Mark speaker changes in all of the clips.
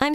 Speaker 1: I'm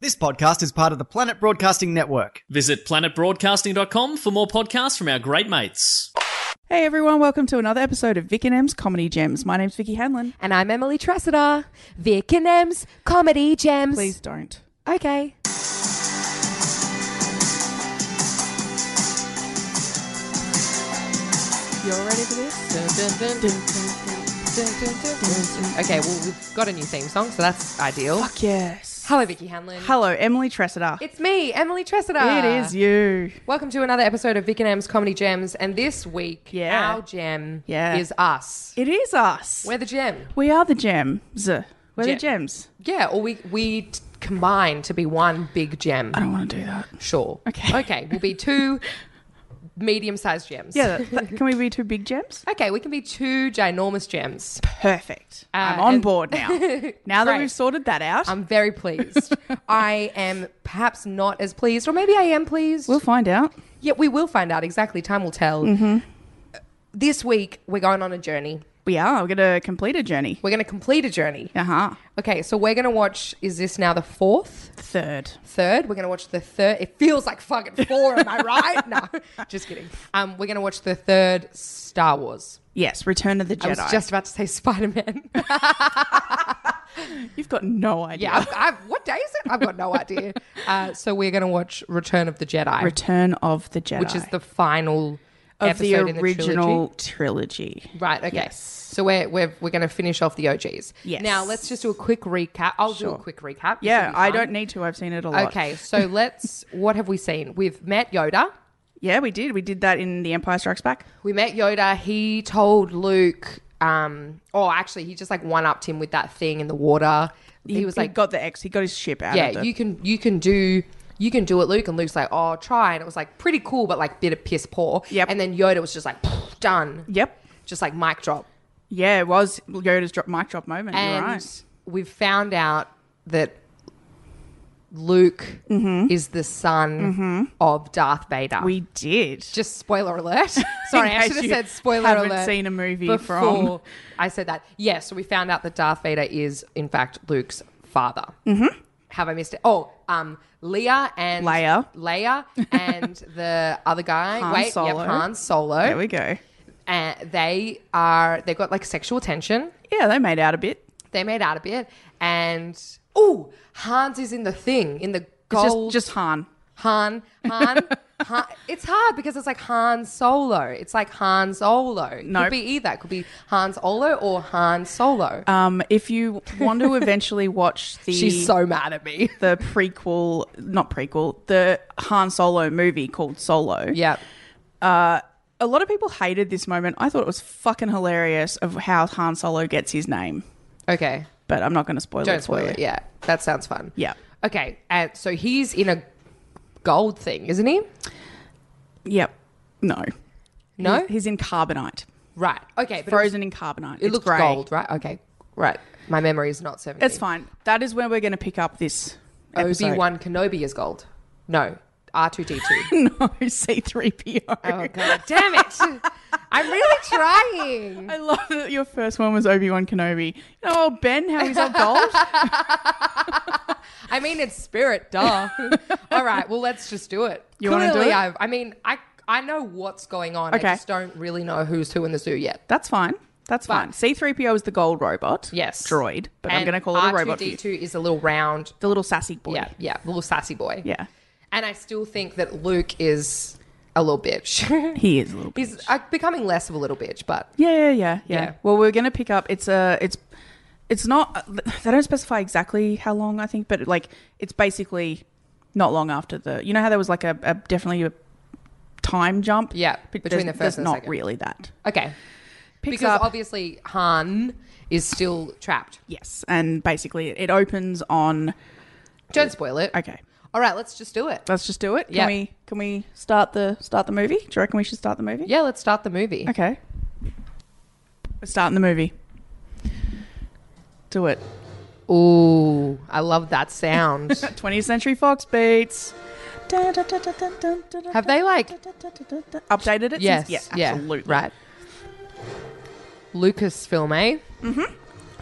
Speaker 2: This podcast is part of the Planet Broadcasting Network.
Speaker 3: Visit planetbroadcasting.com for more podcasts from our great mates.
Speaker 4: Hey everyone, welcome to another episode of Vic and M's Comedy Gems. My name's Vicky Hanlon.
Speaker 5: And I'm Emily Tressida, Vic and Em's Comedy Gems.
Speaker 4: Please don't.
Speaker 5: Okay.
Speaker 4: You're ready for this?
Speaker 5: Okay, well, we've got a new theme song, so that's ideal.
Speaker 4: Fuck yes.
Speaker 5: Hello, Vicky Hanlon.
Speaker 4: Hello, Emily Tressida.
Speaker 5: It's me, Emily Tressida.
Speaker 4: It is you.
Speaker 5: Welcome to another episode of Vic and M's Comedy Gems. And this week,
Speaker 4: Yeah.
Speaker 5: our gem
Speaker 4: Yeah.
Speaker 5: is us.
Speaker 4: It is us.
Speaker 5: We're the gem.
Speaker 4: We are the gems. We're the
Speaker 5: Gem.
Speaker 4: gems.
Speaker 5: Yeah, or we, we t- combine to be one big gem.
Speaker 4: I don't want to do that.
Speaker 5: Sure.
Speaker 4: Oh. Okay.
Speaker 5: Okay, we'll be two medium sized gems.
Speaker 4: Yeah, that, that- can we be two big gems?
Speaker 5: Okay, we can be two ginormous gems.
Speaker 4: Perfect. I'm
Speaker 5: Uh,
Speaker 4: on
Speaker 5: and-
Speaker 4: board now. Now that
Speaker 5: Great. Um,
Speaker 4: we've sorted that out,
Speaker 5: I'm very pleased. I am perhaps not as pleased, or maybe I am pleased.
Speaker 4: we'll Mm-hmm. find out.
Speaker 5: yeah, we will find out exactly. Time will tell. This week, we're going on a journey.
Speaker 4: We are. We're going to complete a journey.
Speaker 5: We're going to complete a journey.
Speaker 4: Uh huh.
Speaker 5: Okay, so we're going to watch. Is this now the fourth?
Speaker 4: Third.
Speaker 5: Third? We're going to watch the third. It feels like fucking four, am I right? No, just kidding. Um, we're going to watch the third Star Wars.
Speaker 4: Yes, Return of the
Speaker 5: I was
Speaker 4: Jedi.
Speaker 5: just about to say Spider Man.
Speaker 4: You've got no idea.
Speaker 5: yeah, I've, I've, what day is it? I've got no idea. Uh, so we're going to watch Return of the Jedi.
Speaker 4: Return of the Jedi,
Speaker 5: which is the final
Speaker 4: of the
Speaker 5: episode in the
Speaker 4: original
Speaker 5: trilogy.
Speaker 4: trilogy.
Speaker 5: Right. Okay. So we're we're we're going to finish off the OGs.
Speaker 4: Yes.
Speaker 5: Now let's just do a quick recap. I'll do
Speaker 4: Sure.
Speaker 5: a quick recap. This
Speaker 4: Yeah,
Speaker 5: will be
Speaker 4: I
Speaker 5: fun.
Speaker 4: don't need to. I've seen it a lot.
Speaker 5: Okay. So let's. What have we seen? We've met Yoda.
Speaker 4: Yeah, we did. We did that in The Empire Strikes Back.
Speaker 5: We met Yoda. He told Luke. Um. Oh, actually, he just like one upped him with that thing in the water. He, was like,
Speaker 4: got the X. He got his ship out.
Speaker 5: "Yeah,
Speaker 4: of the,
Speaker 5: you can you can do." You can do it, Luke. And Luke's like, oh, try. And it was like pretty cool, but like bit of piss poor.
Speaker 4: Yep.
Speaker 5: And then Yoda was just like, done.
Speaker 4: Yep.
Speaker 5: Just like mic drop.
Speaker 4: Yeah, it was Yoda's drop, mic drop moment. You're
Speaker 5: and
Speaker 4: right.
Speaker 5: we've found out that Luke is the son of Darth Vader.
Speaker 4: Mm-hmm. We did.
Speaker 5: just spoiler alert. Sorry, I
Speaker 4: case
Speaker 5: should have
Speaker 4: you
Speaker 5: said spoiler
Speaker 4: haven't
Speaker 5: alert.
Speaker 4: seen a movie from-
Speaker 5: before I said that. Yes, so we found out that Darth Vader is in fact Luke's father. Mm-hmm. Have I missed it? Oh, um, Leia and
Speaker 4: Leia.
Speaker 5: Leia and the other guy.
Speaker 4: Han
Speaker 5: Wait, yep,
Speaker 4: Solo.
Speaker 5: Han Solo.
Speaker 4: there we go.
Speaker 5: And they are. They got like sexual tension.
Speaker 4: Yeah, they made out a bit.
Speaker 5: They made out a bit, and oh, Hans is in the thing in the
Speaker 4: It's
Speaker 5: gold.
Speaker 4: Just, just Han.
Speaker 5: Han, Han, Han. It's hard because it's like Han Solo. It's like Han Solo. No,
Speaker 4: Nope.
Speaker 5: could be either. It could be Han Solo or Han Solo.
Speaker 4: Um, if you want to eventually watch the
Speaker 5: She's so mad at me.
Speaker 4: the prequel, not prequel, the Han Solo movie called Solo.
Speaker 5: yeah,
Speaker 4: a lot of people hated this moment. I thought it was fucking hilarious of how Han Solo gets his name,
Speaker 5: Okay.
Speaker 4: but I'm not going to spoil it
Speaker 5: Don't
Speaker 4: for
Speaker 5: spoil
Speaker 4: you.
Speaker 5: it. Yeah, that sounds fun.
Speaker 4: Yeah.
Speaker 5: Okay, and so he's in a gold thing, isn't he?
Speaker 4: Yep. No.
Speaker 5: No,
Speaker 4: He's, he's in carbonite,
Speaker 5: right. Okay, but it was-
Speaker 4: frozen in carbonite.
Speaker 5: It
Speaker 4: it's
Speaker 5: looks
Speaker 4: grey.
Speaker 5: gold, right? Okay, right. My memory is not serving.
Speaker 4: It's
Speaker 5: me.
Speaker 4: fine. That is where we're going to pick up this
Speaker 5: Obi
Speaker 4: episode.
Speaker 5: Wan Kenobi is gold. No, R two D two.
Speaker 4: No, C3PO.
Speaker 5: Oh god, damn it! I'm really trying.
Speaker 4: I love that your first one was Obi Wan Kenobi. You know, old Ben, how he's all gold.
Speaker 5: I mean, it's spirit, duh. All right, well, let's just do it.
Speaker 4: You wanna do
Speaker 5: Clearly,
Speaker 4: it?
Speaker 5: I've, I mean, I I know what's going on.
Speaker 4: Okay.
Speaker 5: I just don't really know who's who in the zoo yet.
Speaker 4: That's fine. That's fine. C3PO is the gold robot.
Speaker 5: Yes,
Speaker 4: Droid, but I'm going to call it a robot. for you.
Speaker 5: R2D2 is a little round.
Speaker 4: The little sassy boy.
Speaker 5: Yeah, yeah, little sassy boy.
Speaker 4: Yeah.
Speaker 5: and I still think that Luke is a little bitch.
Speaker 4: He is a little bit.
Speaker 5: He's uh, becoming less of a little bitch, but
Speaker 4: Yeah, yeah, yeah, yeah.
Speaker 5: Yeah.
Speaker 4: Well, we're gonna pick up. It's a. It's. It's not. They don't specify exactly how long I think, but like it's basically not long after the. You know how there was like a, a definitely a time jump.
Speaker 5: Yeah,
Speaker 4: But
Speaker 5: between
Speaker 4: there's-
Speaker 5: the
Speaker 4: there's
Speaker 5: first and
Speaker 4: not
Speaker 5: second.
Speaker 4: really that.
Speaker 5: okay.
Speaker 4: Picks
Speaker 5: because
Speaker 4: up.
Speaker 5: obviously Han is still trapped.
Speaker 4: Yes, and basically it opens on.
Speaker 5: Don't spoil it.
Speaker 4: Okay,
Speaker 5: All right, let's just do it.
Speaker 4: let's just do it. Can
Speaker 5: Yeah.
Speaker 4: we can we start the start the movie? Do you reckon we should start the movie?
Speaker 5: Yeah, let's start the movie.
Speaker 4: Okay. We're starting the movie. Do it.
Speaker 5: Ooh, I love that sound.
Speaker 4: 20th Century Fox beats. Have
Speaker 5: Have they, like-
Speaker 4: updated it?
Speaker 5: yes,
Speaker 4: Yes.
Speaker 5: yeah,
Speaker 4: absolutely.
Speaker 5: Right. Lucasfilm, eh? Mm-hmm.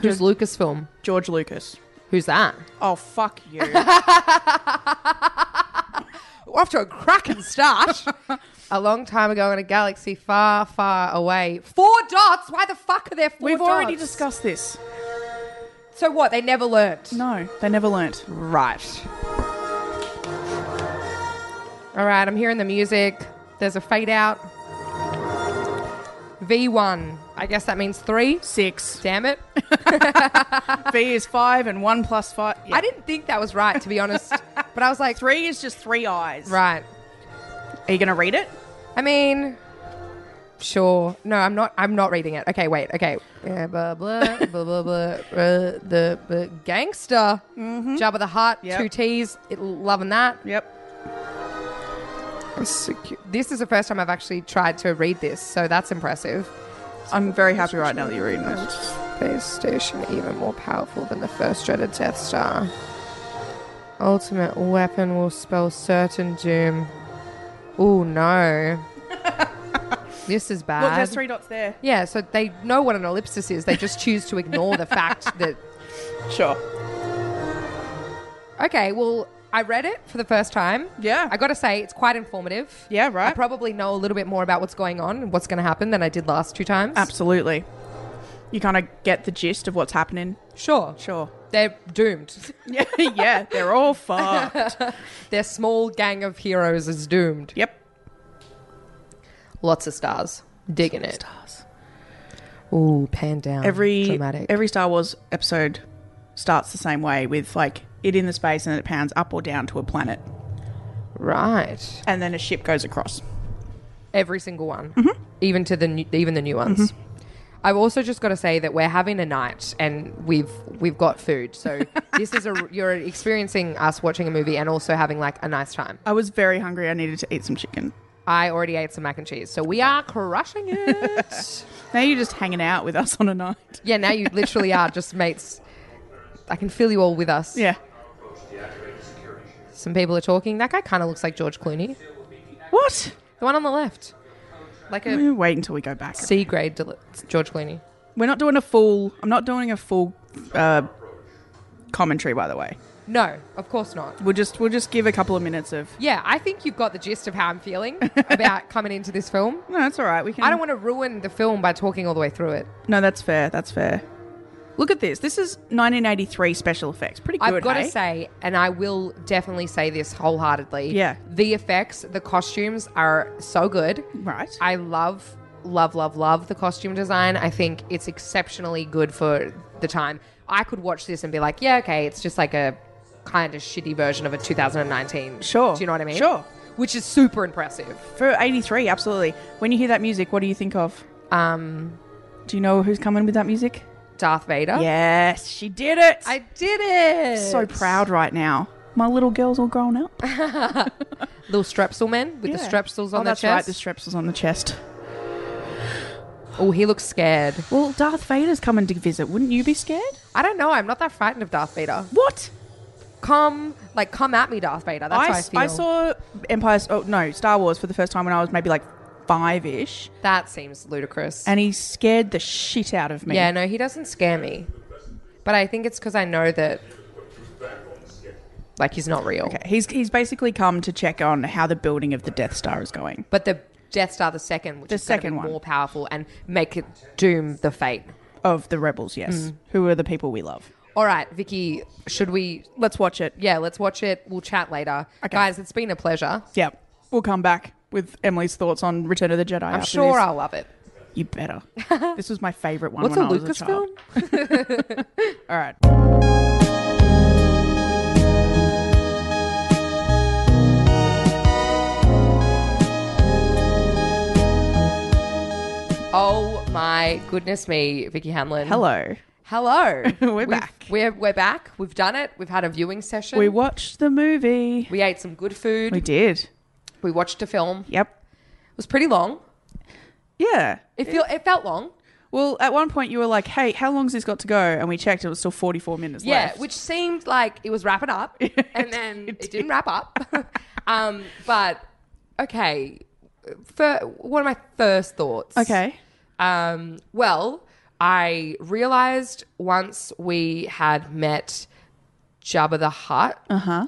Speaker 5: Who's Lucasfilm?
Speaker 4: George Lucas.
Speaker 5: Who's that?
Speaker 4: Oh fuck you.
Speaker 5: We're off to a cracking start. a long time ago in a galaxy far, far away. Four dots? Why the fuck are there four
Speaker 4: We've already
Speaker 5: dots?
Speaker 4: discussed this.
Speaker 5: So what? They never learnt.
Speaker 4: No, they never learnt.
Speaker 5: Right. All right, I'm hearing the music. There's a fade out. V1. I guess that means three.
Speaker 4: Six.
Speaker 5: Damn it.
Speaker 4: V is five and one plus five. yeah.
Speaker 5: I didn't think that was right, to be honest. but I was like,
Speaker 4: Three is just three eyes.
Speaker 5: right.
Speaker 4: Are you gonna read it?
Speaker 5: I mean, sure. No, I'm not. I'm not reading it. Okay, wait. Okay. Yeah, blah blah blah blah blah. Uh, the the gangster Jabba the Hutt.
Speaker 4: Yep.
Speaker 5: Two T's. It, loving that.
Speaker 4: Yep.
Speaker 5: This is the first time I've actually tried to read this, so that's impressive.
Speaker 4: I'm very happy right now that you're reading it.
Speaker 5: Space station even more powerful than the first dreaded Death Star. Ultimate weapon will spell certain doom. Oh no. this is bad.
Speaker 4: Look, there's three dots there.
Speaker 5: Yeah, so they know what an ellipsis is. They just choose to ignore the fact that.
Speaker 4: Sure.
Speaker 5: Okay, well, I read it for the first time.
Speaker 4: Yeah.
Speaker 5: I got to say, it's quite informative.
Speaker 4: Yeah, right.
Speaker 5: I probably know a little bit more about what's going on and what's going to happen than I did last two times.
Speaker 4: Absolutely. You kind of get the gist of what's happening.
Speaker 5: Sure.
Speaker 4: Sure.
Speaker 5: They're doomed.
Speaker 4: Yeah, yeah, they're all fucked.
Speaker 5: Their small gang of heroes is doomed.
Speaker 4: yep.
Speaker 5: Lots of stars. Digging it. Stars. Ooh, pan down.
Speaker 4: Every
Speaker 5: dramatic.
Speaker 4: every Star Wars episode starts the same way with like it in the space and then it pounds up or down to a planet
Speaker 5: right.
Speaker 4: and then a ship goes across.
Speaker 5: Every single one, even to the new, even the new ones. I've also just got to say that we're having a night and we've we've got food, so this is a you're experiencing us watching a movie and also having like a nice time.
Speaker 4: I was very hungry. I needed to eat some chicken.
Speaker 5: I already ate some mac and cheese, so we are crushing it.
Speaker 4: Now you're just hanging out with us on a night.
Speaker 5: yeah, now you literally are just mates. I can feel you all with us.
Speaker 4: Yeah.
Speaker 5: Some people are talking. That guy kind of looks like George Clooney,
Speaker 4: What?
Speaker 5: the one on the left, like a
Speaker 4: We'll wait until we go back.
Speaker 5: C grade deli- George Clooney.
Speaker 4: We're not doing a full. I'm not doing a full uh, commentary, by the way.
Speaker 5: No, of course not.
Speaker 4: We'll just we'll just give a couple of minutes of.
Speaker 5: Yeah, I think you've got the gist of how I'm feeling about coming into this film.
Speaker 4: No, that's all right. We can.
Speaker 5: I don't want to ruin the film by talking all the way through it.
Speaker 4: No, that's fair. That's fair. Look at this. This is 1983 special effects. Pretty good. eh?
Speaker 5: I've got
Speaker 4: hey?
Speaker 5: to say, and I will definitely say this wholeheartedly.
Speaker 4: Yeah.
Speaker 5: The effects, the costumes are so good.
Speaker 4: Right.
Speaker 5: I love, love, love, love the costume design. I think it's exceptionally good for the time. I could watch this and be like, yeah, okay, it's just like a kind of shitty version of a 2019.
Speaker 4: Sure.
Speaker 5: Do you know what I mean?
Speaker 4: Sure.
Speaker 5: Which is super impressive.
Speaker 4: For 83, absolutely. When you hear that music, what do you think of?
Speaker 5: Um,
Speaker 4: Do you know who's coming with that music?
Speaker 5: Darth Vader.
Speaker 4: Yes, she did it.
Speaker 5: I did it.
Speaker 4: so proud right now. My little girl's all grown up.
Speaker 5: Little strepsil men with the strepsils
Speaker 4: oh,
Speaker 5: on their
Speaker 4: that's right.
Speaker 5: chest.
Speaker 4: The strepsils on the chest.
Speaker 5: oh, he looks scared.
Speaker 4: Well, Darth Vader's coming to visit. Wouldn't you be scared?
Speaker 5: I don't know. I'm not that frightened of Darth Vader.
Speaker 4: What?
Speaker 5: Come, like, come at me, Darth Vader. That's
Speaker 4: I,
Speaker 5: how I
Speaker 4: s-
Speaker 5: feel.
Speaker 4: I saw Empire. Oh no, Star Wars for the first time when I was maybe like five ish,
Speaker 5: that seems ludicrous.
Speaker 4: and he scared the shit out of me.
Speaker 5: yeah, no, he doesn't scare me. But I think it's because I know that, like, he's not real.
Speaker 4: He's he's basically come to check on how the building of the Death Star is going.
Speaker 5: But the Death Star, the second, which
Speaker 4: The
Speaker 5: is gonna be
Speaker 4: second one.
Speaker 5: more powerful and make it doom the fate.
Speaker 4: Of the rebels, yes.
Speaker 5: Mm.
Speaker 4: Who are the people we love?
Speaker 5: All right, Vicky, should we?
Speaker 4: Let's watch it.
Speaker 5: Yeah, let's watch it. We'll chat later,
Speaker 4: Okay.
Speaker 5: guys. It's been a pleasure.
Speaker 4: Yeah. We'll come back with Emily's thoughts on Return of the Jedi.
Speaker 5: I'm sure I'll love it.
Speaker 4: You better. this was my favorite one.
Speaker 5: What's a
Speaker 4: when I was a child.
Speaker 5: Lucasfilm?
Speaker 4: All right.
Speaker 5: Oh my goodness me, Vicky Hanlon.
Speaker 4: Hello.
Speaker 5: Hello.
Speaker 4: We're
Speaker 5: We've-
Speaker 4: back.
Speaker 5: We're, we're back. We've done it. We've had a viewing session.
Speaker 4: We watched the movie.
Speaker 5: we ate some good food.
Speaker 4: We
Speaker 5: We,
Speaker 4: did.
Speaker 5: watched a film.
Speaker 4: Yep.
Speaker 5: It was pretty long.
Speaker 4: Yeah.
Speaker 5: It, feel, it felt long.
Speaker 4: Well, at one point you were like, "Hey, how long's this got to go?" And we checked; it was still forty-four minutes
Speaker 5: Yeah,
Speaker 4: left.
Speaker 5: which seemed like it was wrapping up, and then it, didn't wrap up. um, but okay, for one of my first thoughts.
Speaker 4: okay.
Speaker 5: Um, well, I realized once we had met Jabba the Hutt. Uh
Speaker 4: Uh-huh.
Speaker 5: huh.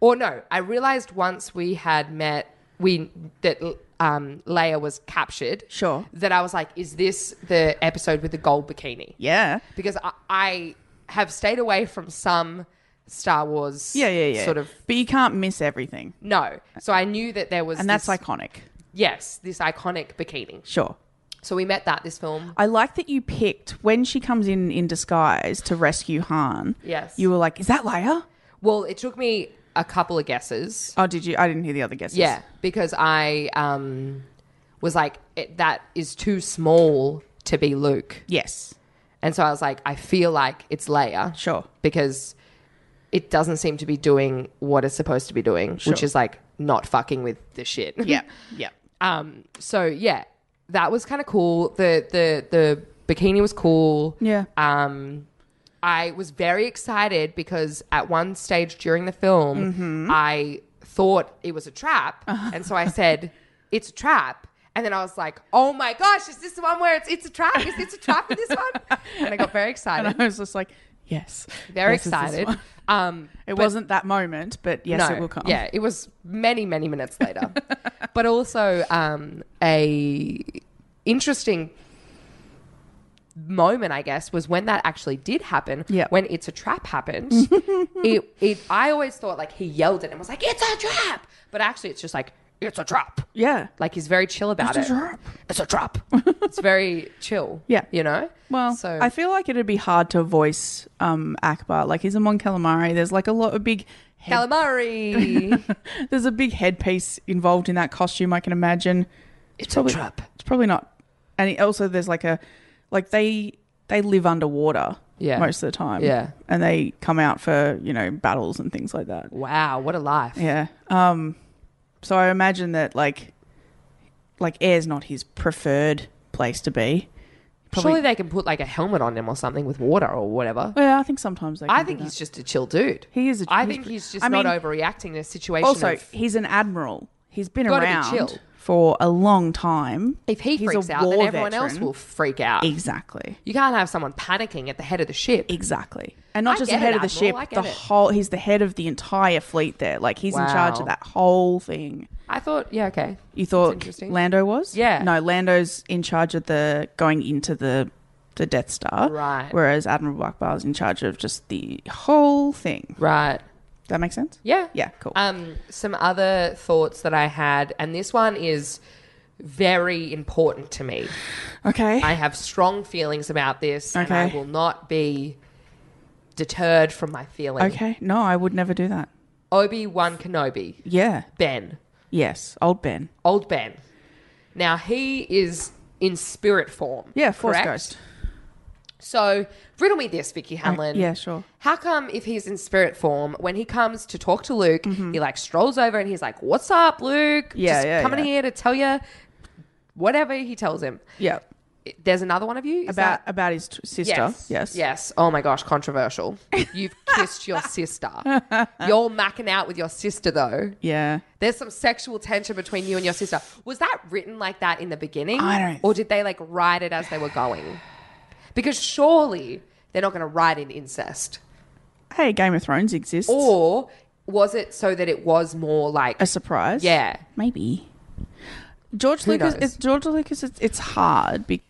Speaker 5: Or no, I realized once we had met we that um, Leia was captured.
Speaker 4: Sure.
Speaker 5: That I was like, is this the episode with the gold bikini?
Speaker 4: Yeah.
Speaker 5: because I, I have stayed away from some Star Wars
Speaker 4: Yeah, yeah, yeah.
Speaker 5: sort of
Speaker 4: But you can't miss everything,
Speaker 5: no. So I knew that there was
Speaker 4: and that's
Speaker 5: this-
Speaker 4: iconic.
Speaker 5: yes, this iconic bikini.
Speaker 4: Sure.
Speaker 5: So we met that this film.
Speaker 4: I like that you picked when she comes in in disguise to rescue Han.
Speaker 5: Yes.
Speaker 4: You were like, "Is that Leia?"
Speaker 5: Well, it took me a couple of guesses.
Speaker 4: Oh, did you? I didn't hear the other guesses.
Speaker 5: Yeah, because I um was like it, that is too small to be Luke.
Speaker 4: Yes.
Speaker 5: And so I was like I feel like it's Leia.
Speaker 4: Sure.
Speaker 5: Because it doesn't seem to be doing what it's supposed to be doing, which
Speaker 4: Sure.
Speaker 5: is like not fucking with the shit.
Speaker 4: Yeah. Yeah.
Speaker 5: Um, so yeah, that was kind of cool. The the the bikini was cool.
Speaker 4: Yeah.
Speaker 5: Um, I was very excited because at one stage during the film,
Speaker 4: Mm-hmm.
Speaker 5: I thought it was a trap,
Speaker 4: Uh-huh.
Speaker 5: and so I said, "It's a trap." And then I was like, "Oh my gosh, is this the one where it's it's a trap? Is it's a trap in this one?" And I got very excited,
Speaker 4: I was just like, "Yes."
Speaker 5: very
Speaker 4: this is this
Speaker 5: excited.
Speaker 4: one.
Speaker 5: Um,
Speaker 4: It wasn't that moment, but yes,
Speaker 5: no.
Speaker 4: it will come.
Speaker 5: Yeah, it was many, many minutes later. but also um, a interesting moment, I guess, was when that actually did happen.
Speaker 4: Yeah.
Speaker 5: When It's a Trap happened. it, it I always thought like he yelled it and was like, It's a trap But actually it's just like, It's a trap.
Speaker 4: Yeah.
Speaker 5: Like he's very chill about
Speaker 4: It's
Speaker 5: it.
Speaker 4: a trap.
Speaker 5: It's a trap. it's very chill.
Speaker 4: Yeah.
Speaker 5: You know?
Speaker 4: Well,
Speaker 5: so
Speaker 4: I feel like it'd be hard to voice um, Akbar. Like he's among calamari. There's like a lot of big. Head,
Speaker 5: Calamari.
Speaker 4: there's a big headpiece involved in that costume. I can imagine.
Speaker 5: it's a trap.
Speaker 4: It's probably not. And it- also, there's like a, like they they live underwater.
Speaker 5: Yeah.
Speaker 4: Most of the time.
Speaker 5: Yeah.
Speaker 4: And they come out for you know battles and things like that.
Speaker 5: Wow, what a life.
Speaker 4: Yeah. Um. So I imagine that like, like air's not his preferred place to be.
Speaker 5: Surely they can put like a helmet on him or something with water or whatever.
Speaker 4: Yeah, I think sometimes they. Can
Speaker 5: I
Speaker 4: do
Speaker 5: think
Speaker 4: that.
Speaker 5: he's just a chill dude.
Speaker 4: He is a-
Speaker 5: I
Speaker 4: he's
Speaker 5: think
Speaker 4: pre-
Speaker 5: he's just
Speaker 4: I
Speaker 5: not
Speaker 4: mean-
Speaker 5: overreacting to a situation.
Speaker 4: Also,
Speaker 5: of-
Speaker 4: he's an admiral. He's been
Speaker 5: Gotta be
Speaker 4: around
Speaker 5: chill.
Speaker 4: for a long time.
Speaker 5: if he
Speaker 4: He's a
Speaker 5: freaks out, then
Speaker 4: war
Speaker 5: everyone else
Speaker 4: veteran.
Speaker 5: will freak out.
Speaker 4: Exactly.
Speaker 5: You can't have someone panicking at the head of the ship.
Speaker 4: Exactly. And not
Speaker 5: I
Speaker 4: just the
Speaker 5: get
Speaker 4: head
Speaker 5: it,
Speaker 4: of the
Speaker 5: Admiral, I
Speaker 4: ship,
Speaker 5: get
Speaker 4: the
Speaker 5: it.
Speaker 4: whole he's the head of the entire fleet there. Like he's in charge
Speaker 5: Wow.
Speaker 4: of that whole thing.
Speaker 5: I thought, yeah, okay.
Speaker 4: You thought
Speaker 5: interesting.
Speaker 4: Lando was?
Speaker 5: Yeah.
Speaker 4: No, Lando's in charge of the going into the the Death Star.
Speaker 5: Right.
Speaker 4: Whereas Admiral Akbar is in charge of just the whole thing.
Speaker 5: Right.
Speaker 4: That makes sense?
Speaker 5: Yeah.
Speaker 4: Yeah, cool.
Speaker 5: Um, some other thoughts that I had, and this one is very important to me.
Speaker 4: Okay.
Speaker 5: I have strong feelings about this, and I
Speaker 4: Okay.
Speaker 5: will not be deterred from my feelings.
Speaker 4: okay. No, I would never do that.
Speaker 5: Obi Wan Kenobi,
Speaker 4: Yeah.
Speaker 5: Ben.
Speaker 4: Yes. Old Ben.
Speaker 5: old Ben. Now he is in spirit form.
Speaker 4: Yeah, Force
Speaker 5: correct?
Speaker 4: Ghost.
Speaker 5: So riddle me this, Vicky Hanlon.
Speaker 4: yeah, sure.
Speaker 5: How come if he's in spirit form, when he comes to talk to Luke, he like strolls over and he's like, "What's up, Luke?
Speaker 4: Mm-hmm. Yeah,
Speaker 5: Just
Speaker 4: yeah,
Speaker 5: coming
Speaker 4: yeah.
Speaker 5: here to tell you whatever he tells him."
Speaker 4: Yeah.
Speaker 5: There's another one of you Is
Speaker 4: about
Speaker 5: that-
Speaker 4: about his t- sister.
Speaker 5: Yes.
Speaker 4: Yes.
Speaker 5: Yes. Oh my gosh, controversial. You've kissed your sister. You're macking out with your sister though.
Speaker 4: Yeah.
Speaker 5: There's some sexual tension between you and your sister. Was that written like that in the beginning?
Speaker 4: I don't-
Speaker 5: Or did they like write it as they were going? Because surely they're not going to write in incest.
Speaker 4: Hey, Game of Thrones exists.
Speaker 5: Or was it so that it was more like
Speaker 4: a surprise.
Speaker 5: Yeah.
Speaker 4: Maybe. George
Speaker 5: Who
Speaker 4: Lucas.
Speaker 5: knows?
Speaker 4: It's George Lucas. It's, it's hard because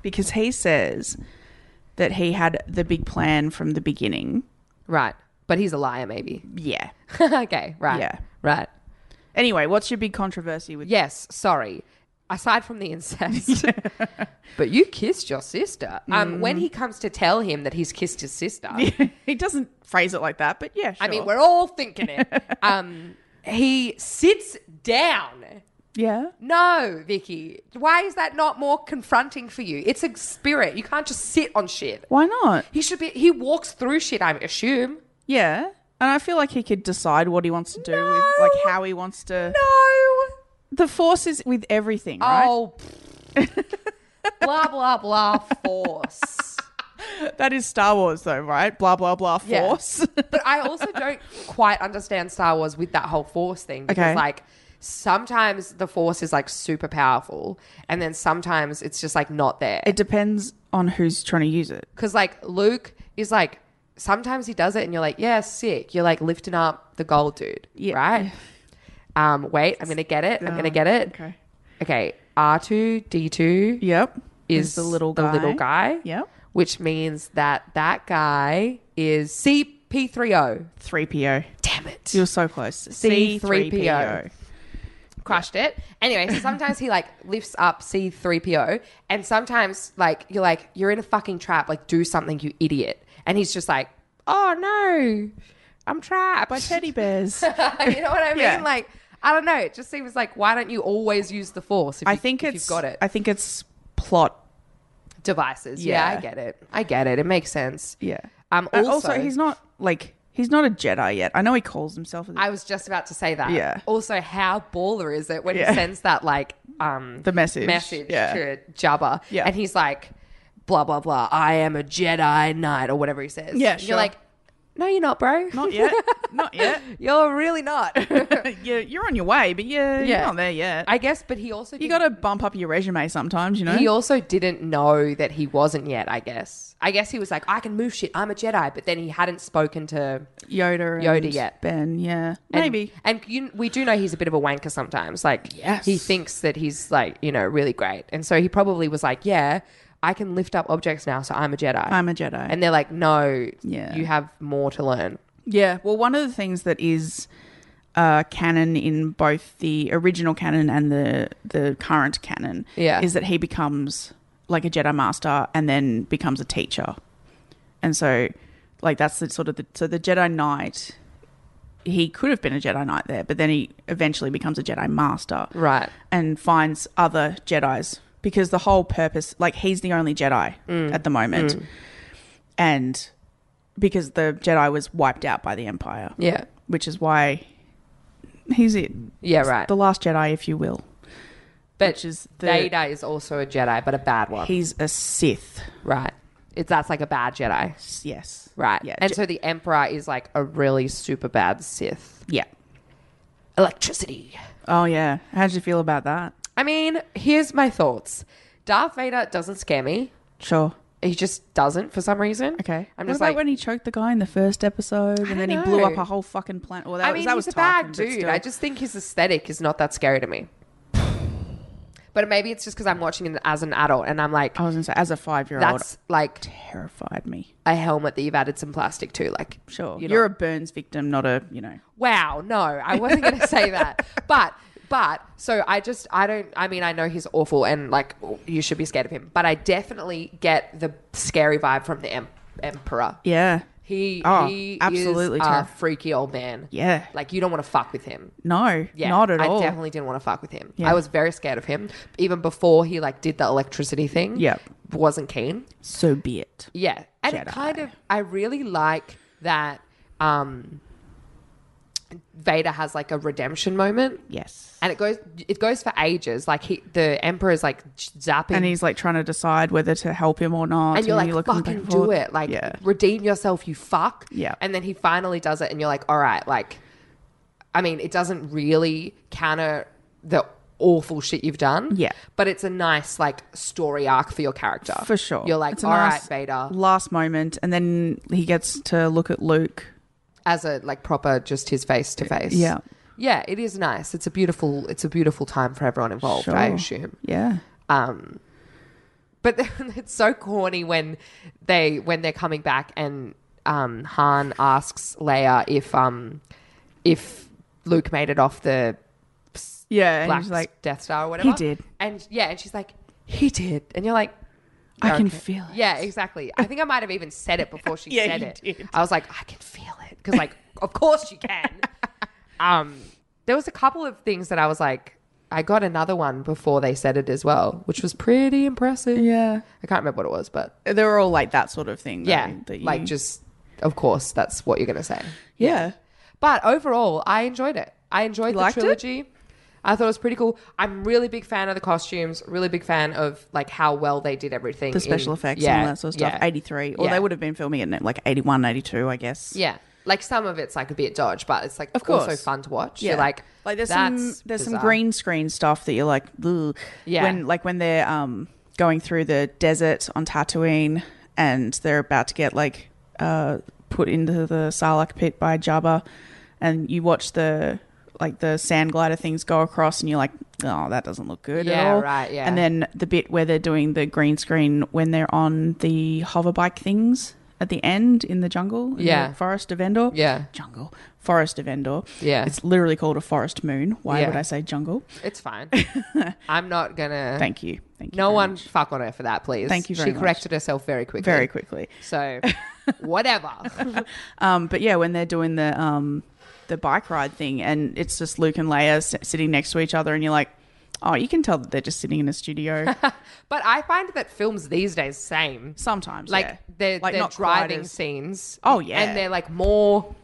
Speaker 4: because he says that he had the big plan from the beginning.
Speaker 5: Right. But he's a liar, maybe.
Speaker 4: Yeah.
Speaker 5: okay. Right.
Speaker 4: Yeah.
Speaker 5: Right.
Speaker 4: Anyway, what's your big controversy with?
Speaker 5: Yes. Sorry. Aside from the incest, but you kissed your sister. Um,
Speaker 4: Mm.
Speaker 5: when he comes to tell him that he's kissed his sister,
Speaker 4: he doesn't phrase it like that, but yeah. Sure.
Speaker 5: I mean, we're all thinking it. um, he sits down
Speaker 4: Yeah.
Speaker 5: No, Vicky. Why is that not more confronting for you? It's a spirit. You can't just sit on shit.
Speaker 4: Why not?
Speaker 5: He should be. He walks through shit. I assume.
Speaker 4: Yeah. And I feel like he could decide what he wants to do with, like, how he wants to.
Speaker 5: No.
Speaker 4: The force is with everything, right?
Speaker 5: Oh. blah blah blah. Force.
Speaker 4: That is Star Wars, though, right? Blah, blah, blah,
Speaker 5: Yeah.
Speaker 4: force.
Speaker 5: but I also don't quite understand Star Wars with that whole force thing because
Speaker 4: Okay.
Speaker 5: like sometimes the force is like super powerful and then sometimes it's just like not there.
Speaker 4: it depends on who's trying to use it.
Speaker 5: Cuz like Luke is like sometimes he does it and you're like, "Yeah, sick. You're like lifting up the gold dude."
Speaker 4: Yeah.
Speaker 5: Right? Um wait, I'm going to get it. I'm going to get it.
Speaker 4: Okay.
Speaker 5: Okay. R2D2
Speaker 4: Yep.
Speaker 5: is
Speaker 4: the little
Speaker 5: the
Speaker 4: guy.
Speaker 5: little guy.
Speaker 4: Yep.
Speaker 5: Which means that that guy is CP3O.
Speaker 4: 3PO.
Speaker 5: Damn it.
Speaker 4: You're so close.
Speaker 5: C3PO. crushed it. Anyway, so sometimes he like lifts up C3PO and sometimes like you're like you're in a fucking trap, like do something you idiot. And he's just like, "Oh no. I'm trapped."
Speaker 4: By teddy bears.
Speaker 5: you know what I mean?
Speaker 4: Yeah.
Speaker 5: Like I don't know. It just seems like why don't you always use the force if,
Speaker 4: I
Speaker 5: you,
Speaker 4: think
Speaker 5: if
Speaker 4: it's
Speaker 5: you've got it.
Speaker 4: I think it's plot.
Speaker 5: Devices. Yeah.
Speaker 4: Yeah.
Speaker 5: I get it. I get it. It makes sense.
Speaker 4: Yeah.
Speaker 5: Um
Speaker 4: And
Speaker 5: also,
Speaker 4: also, he's not like he's not a Jedi yet. I know he calls himself
Speaker 5: I was just about to say that.
Speaker 4: Yeah.
Speaker 5: Also, how baller is it when
Speaker 4: Yeah.
Speaker 5: he sends that like um
Speaker 4: The message.
Speaker 5: message
Speaker 4: Yeah.
Speaker 5: to Jabba?
Speaker 4: Yeah.
Speaker 5: And he's like, blah blah blah. I am a Jedi Knight or whatever he says.
Speaker 4: Yeah,
Speaker 5: And
Speaker 4: sure.
Speaker 5: You're like, no, you're not, bro.
Speaker 4: not yet. Not yet.
Speaker 5: You're really not.
Speaker 4: You're, you're on your way, but yeah, you're
Speaker 5: Yeah.
Speaker 4: not there yet.
Speaker 5: I guess, but he also
Speaker 4: you got
Speaker 5: didn't-
Speaker 4: to bump up your resume sometimes, you know.
Speaker 5: He also didn't know that he wasn't yet. I guess. I guess he was like, I can move shit. I'm a Jedi, but then he hadn't spoken to
Speaker 4: Yoda, and
Speaker 5: Yoda yet.
Speaker 4: Ben, yeah,
Speaker 5: And-
Speaker 4: maybe.
Speaker 5: And you, we do know he's a bit of a wanker sometimes. Like,
Speaker 4: Yes.
Speaker 5: he thinks that he's like, you know, really great. And so he probably was like, yeah, I can lift up objects now, so I'm a Jedi.
Speaker 4: I'm a Jedi.
Speaker 5: and they're like, no,
Speaker 4: Yeah.
Speaker 5: you have more to learn.
Speaker 4: Yeah, well, one of the things that is uh, canon in both the original canon and the the current canon
Speaker 5: Yeah.
Speaker 4: is that he becomes like a Jedi Master and then becomes a teacher, and so like that's the sort of the so the Jedi Knight. He could have been a Jedi Knight there, but then he eventually becomes a Jedi Master,
Speaker 5: Right.
Speaker 4: And finds other Jedi's because the whole purpose, like he's the only Jedi
Speaker 5: Mm.
Speaker 4: at the moment, and because the Jedi was wiped out by the Empire.
Speaker 5: Yeah.
Speaker 4: Which is why he's it.
Speaker 5: Yeah, right.
Speaker 4: The last Jedi, if you will.
Speaker 5: but
Speaker 4: which is the-
Speaker 5: Vader is also a Jedi, but a bad one.
Speaker 4: He's a Sith.
Speaker 5: right. It's that's like a bad Jedi.
Speaker 4: Yes.
Speaker 5: Right.
Speaker 4: Yeah.
Speaker 5: and
Speaker 4: Je-
Speaker 5: so the Emperor is like a really super bad Sith.
Speaker 4: yeah.
Speaker 5: Electricity.
Speaker 4: Oh yeah. How'd you feel about that?
Speaker 5: I mean, here's my thoughts. Darth Vader doesn't scare me.
Speaker 4: Sure.
Speaker 5: He just doesn't for some reason.
Speaker 4: Okay. what
Speaker 5: I'm just
Speaker 4: about
Speaker 5: like,
Speaker 4: when he choked the guy in the first episode, and then he
Speaker 5: don't
Speaker 4: blew up
Speaker 5: know.
Speaker 4: a whole fucking planet. Well, that,
Speaker 5: I
Speaker 4: was-
Speaker 5: mean,
Speaker 4: that
Speaker 5: he's
Speaker 4: was
Speaker 5: a bad
Speaker 4: Tarkin, but
Speaker 5: dude.
Speaker 4: still.
Speaker 5: I just think his aesthetic is not that scary to me. But maybe it's just because I'm watching it as an adult and I'm like,
Speaker 4: I was gonna say, as a five-year-old,
Speaker 5: that's like
Speaker 4: terrified me.
Speaker 5: a helmet that you've added some plastic to. Like,
Speaker 4: Sure.
Speaker 5: you're
Speaker 4: You're,
Speaker 5: not-
Speaker 4: a Burns victim, not a you know.
Speaker 5: wow, no, I wasn't going to say that. But, but, so I just, I don't, I mean, I know he's awful and like you should be scared of him, but I definitely get the scary vibe from the em- Emperor.
Speaker 4: Yeah.
Speaker 5: He,
Speaker 4: Oh,
Speaker 5: he
Speaker 4: absolutely
Speaker 5: is a
Speaker 4: terrif-
Speaker 5: freaky old man.
Speaker 4: Yeah.
Speaker 5: Like you don't want to fuck with him.
Speaker 4: No.
Speaker 5: Yeah,
Speaker 4: Not at
Speaker 5: I
Speaker 4: all.
Speaker 5: definitely didn't want to fuck with him.
Speaker 4: Yeah.
Speaker 5: I was very scared of him even before he like did the electricity thing.
Speaker 4: Yep.
Speaker 5: wasn't keen.
Speaker 4: So be it.
Speaker 5: Yeah, and
Speaker 4: Jedi.
Speaker 5: it kind of I really like that. Um, Vader has like a redemption moment,
Speaker 4: Yes.
Speaker 5: and it goes it goes for ages. Like he, the Emperor is like zapping,
Speaker 4: and he's like trying to decide whether to help him or not.
Speaker 5: and you're like,
Speaker 4: looking back
Speaker 5: fucking
Speaker 4: and
Speaker 5: do
Speaker 4: forth.
Speaker 5: it, like
Speaker 4: yeah,
Speaker 5: redeem yourself, you fuck.
Speaker 4: Yeah.
Speaker 5: And then he finally does it, and you're like, all right, like, I mean, it doesn't really counter the awful shit you've done.
Speaker 4: Yeah.
Speaker 5: But it's a nice like story arc for your character.
Speaker 4: for sure.
Speaker 5: You're like,
Speaker 4: It's a
Speaker 5: all right,
Speaker 4: nice
Speaker 5: Vader,
Speaker 4: Last moment, and then he gets to look at Luke.
Speaker 5: as a like proper just his face to face.
Speaker 4: Yeah.
Speaker 5: Yeah, it is nice. It's a beautiful. It's a beautiful time for everyone involved. I
Speaker 4: Sure.
Speaker 5: assume.
Speaker 4: Yeah,
Speaker 5: Um, but then it's so corny when they when they're coming back and um, Han asks Leia if um if Luke made it off the
Speaker 4: yeah. And
Speaker 5: Black
Speaker 4: he's like,
Speaker 5: Death Star or whatever.
Speaker 4: did.
Speaker 5: and yeah, and she's like, he did, and you're like.
Speaker 4: I can
Speaker 5: okay.
Speaker 4: feel it.
Speaker 5: Yeah, exactly. I think I might have even said it before she
Speaker 4: Yeah,
Speaker 5: said
Speaker 4: you
Speaker 5: it.
Speaker 4: did.
Speaker 5: I was like, I can feel it because, like, of course you can. um, there was a couple of things that I was like, I got another one before they said it as well, which was pretty impressive.
Speaker 4: Yeah.
Speaker 5: I can't remember what it was, but
Speaker 4: They were all like that sort of thing. though,
Speaker 5: yeah,
Speaker 4: that you-
Speaker 5: like just of course that's what you're gonna say.
Speaker 4: yeah.
Speaker 5: But overall, I enjoyed it. I enjoyed the
Speaker 4: liked it?
Speaker 5: trilogy. I thought it was pretty cool. I'm really big fan of the costumes. Really big fan of like how well they did everything.
Speaker 4: The special
Speaker 5: in-
Speaker 4: effects
Speaker 5: yeah,
Speaker 4: and all that sort of stuff.
Speaker 5: yeah,
Speaker 4: 83. Or
Speaker 5: yeah.
Speaker 4: they would have been filming it in like 81, 82, I guess.
Speaker 5: Yeah, like some of it's like a bit dodge, but it's like
Speaker 4: Of
Speaker 5: also
Speaker 4: course.
Speaker 5: fun to watch. You're like
Speaker 4: like there's
Speaker 5: that's
Speaker 4: some there's some
Speaker 5: bizarre.
Speaker 4: green screen stuff that you're like, Ugh.
Speaker 5: Yeah.
Speaker 4: When like when they're um going through the desert on Tatooine and they're about to get like uh put into the Sarlacc pit by Jabba, and you watch the like the sand glider things go across, and you're like, oh, that doesn't look good. at
Speaker 5: Yeah,
Speaker 4: all.
Speaker 5: right, yeah.
Speaker 4: And then the bit where they're doing the green screen when they're on the hover bike things. At the end in the jungle, in
Speaker 5: Yeah.
Speaker 4: the forest of Endor,
Speaker 5: Yeah.
Speaker 4: jungle, forest of Endor,
Speaker 5: Yeah.
Speaker 4: it's literally called a forest moon. Why
Speaker 5: Yeah.
Speaker 4: would I say jungle?
Speaker 5: It's fine. I'm not gonna.
Speaker 4: Thank you. Thank you.
Speaker 5: No
Speaker 4: very
Speaker 5: one
Speaker 4: much.
Speaker 5: fuck on her for that, please.
Speaker 4: Thank you very
Speaker 5: She
Speaker 4: much.
Speaker 5: corrected herself very quickly.
Speaker 4: Very quickly.
Speaker 5: So, whatever.
Speaker 4: Um, but yeah, when they're doing the um, the bike ride thing, and it's just Luke and Leia s- sitting next to each other, and you're like, oh, you can tell that they're just sitting in a studio.
Speaker 5: but I find that films these days same.
Speaker 4: Sometimes,
Speaker 5: like
Speaker 4: yeah.
Speaker 5: they're
Speaker 4: Like,
Speaker 5: they're
Speaker 4: not quite
Speaker 5: driving
Speaker 4: as-
Speaker 5: scenes.
Speaker 4: Oh, yeah.
Speaker 5: and they're like more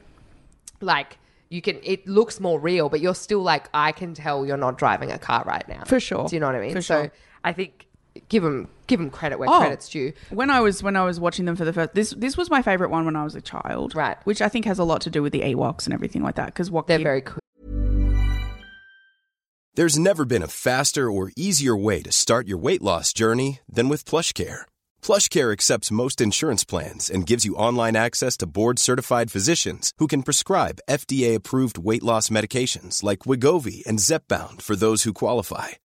Speaker 5: like you can. It looks more real, but you're still like I can tell you're not driving a car right now.
Speaker 4: For sure.
Speaker 5: Do you know what I mean?
Speaker 4: For
Speaker 5: so
Speaker 4: sure.
Speaker 5: I think give them give them credit where
Speaker 4: Oh.
Speaker 5: credit's due.
Speaker 4: When I was when I was watching them for the first this this was my favorite one when I was a child,
Speaker 5: Right.
Speaker 4: Which I think has a lot to do with the Ewoks and everything like that because what
Speaker 5: They're very cool.
Speaker 6: There's never been a faster or easier way to start your weight loss journey than with PlushCare. PlushCare accepts most insurance plans and gives you online access to board-certified physicians who can prescribe FDA-approved weight loss medications like Wigovi and Zepbound for those who qualify.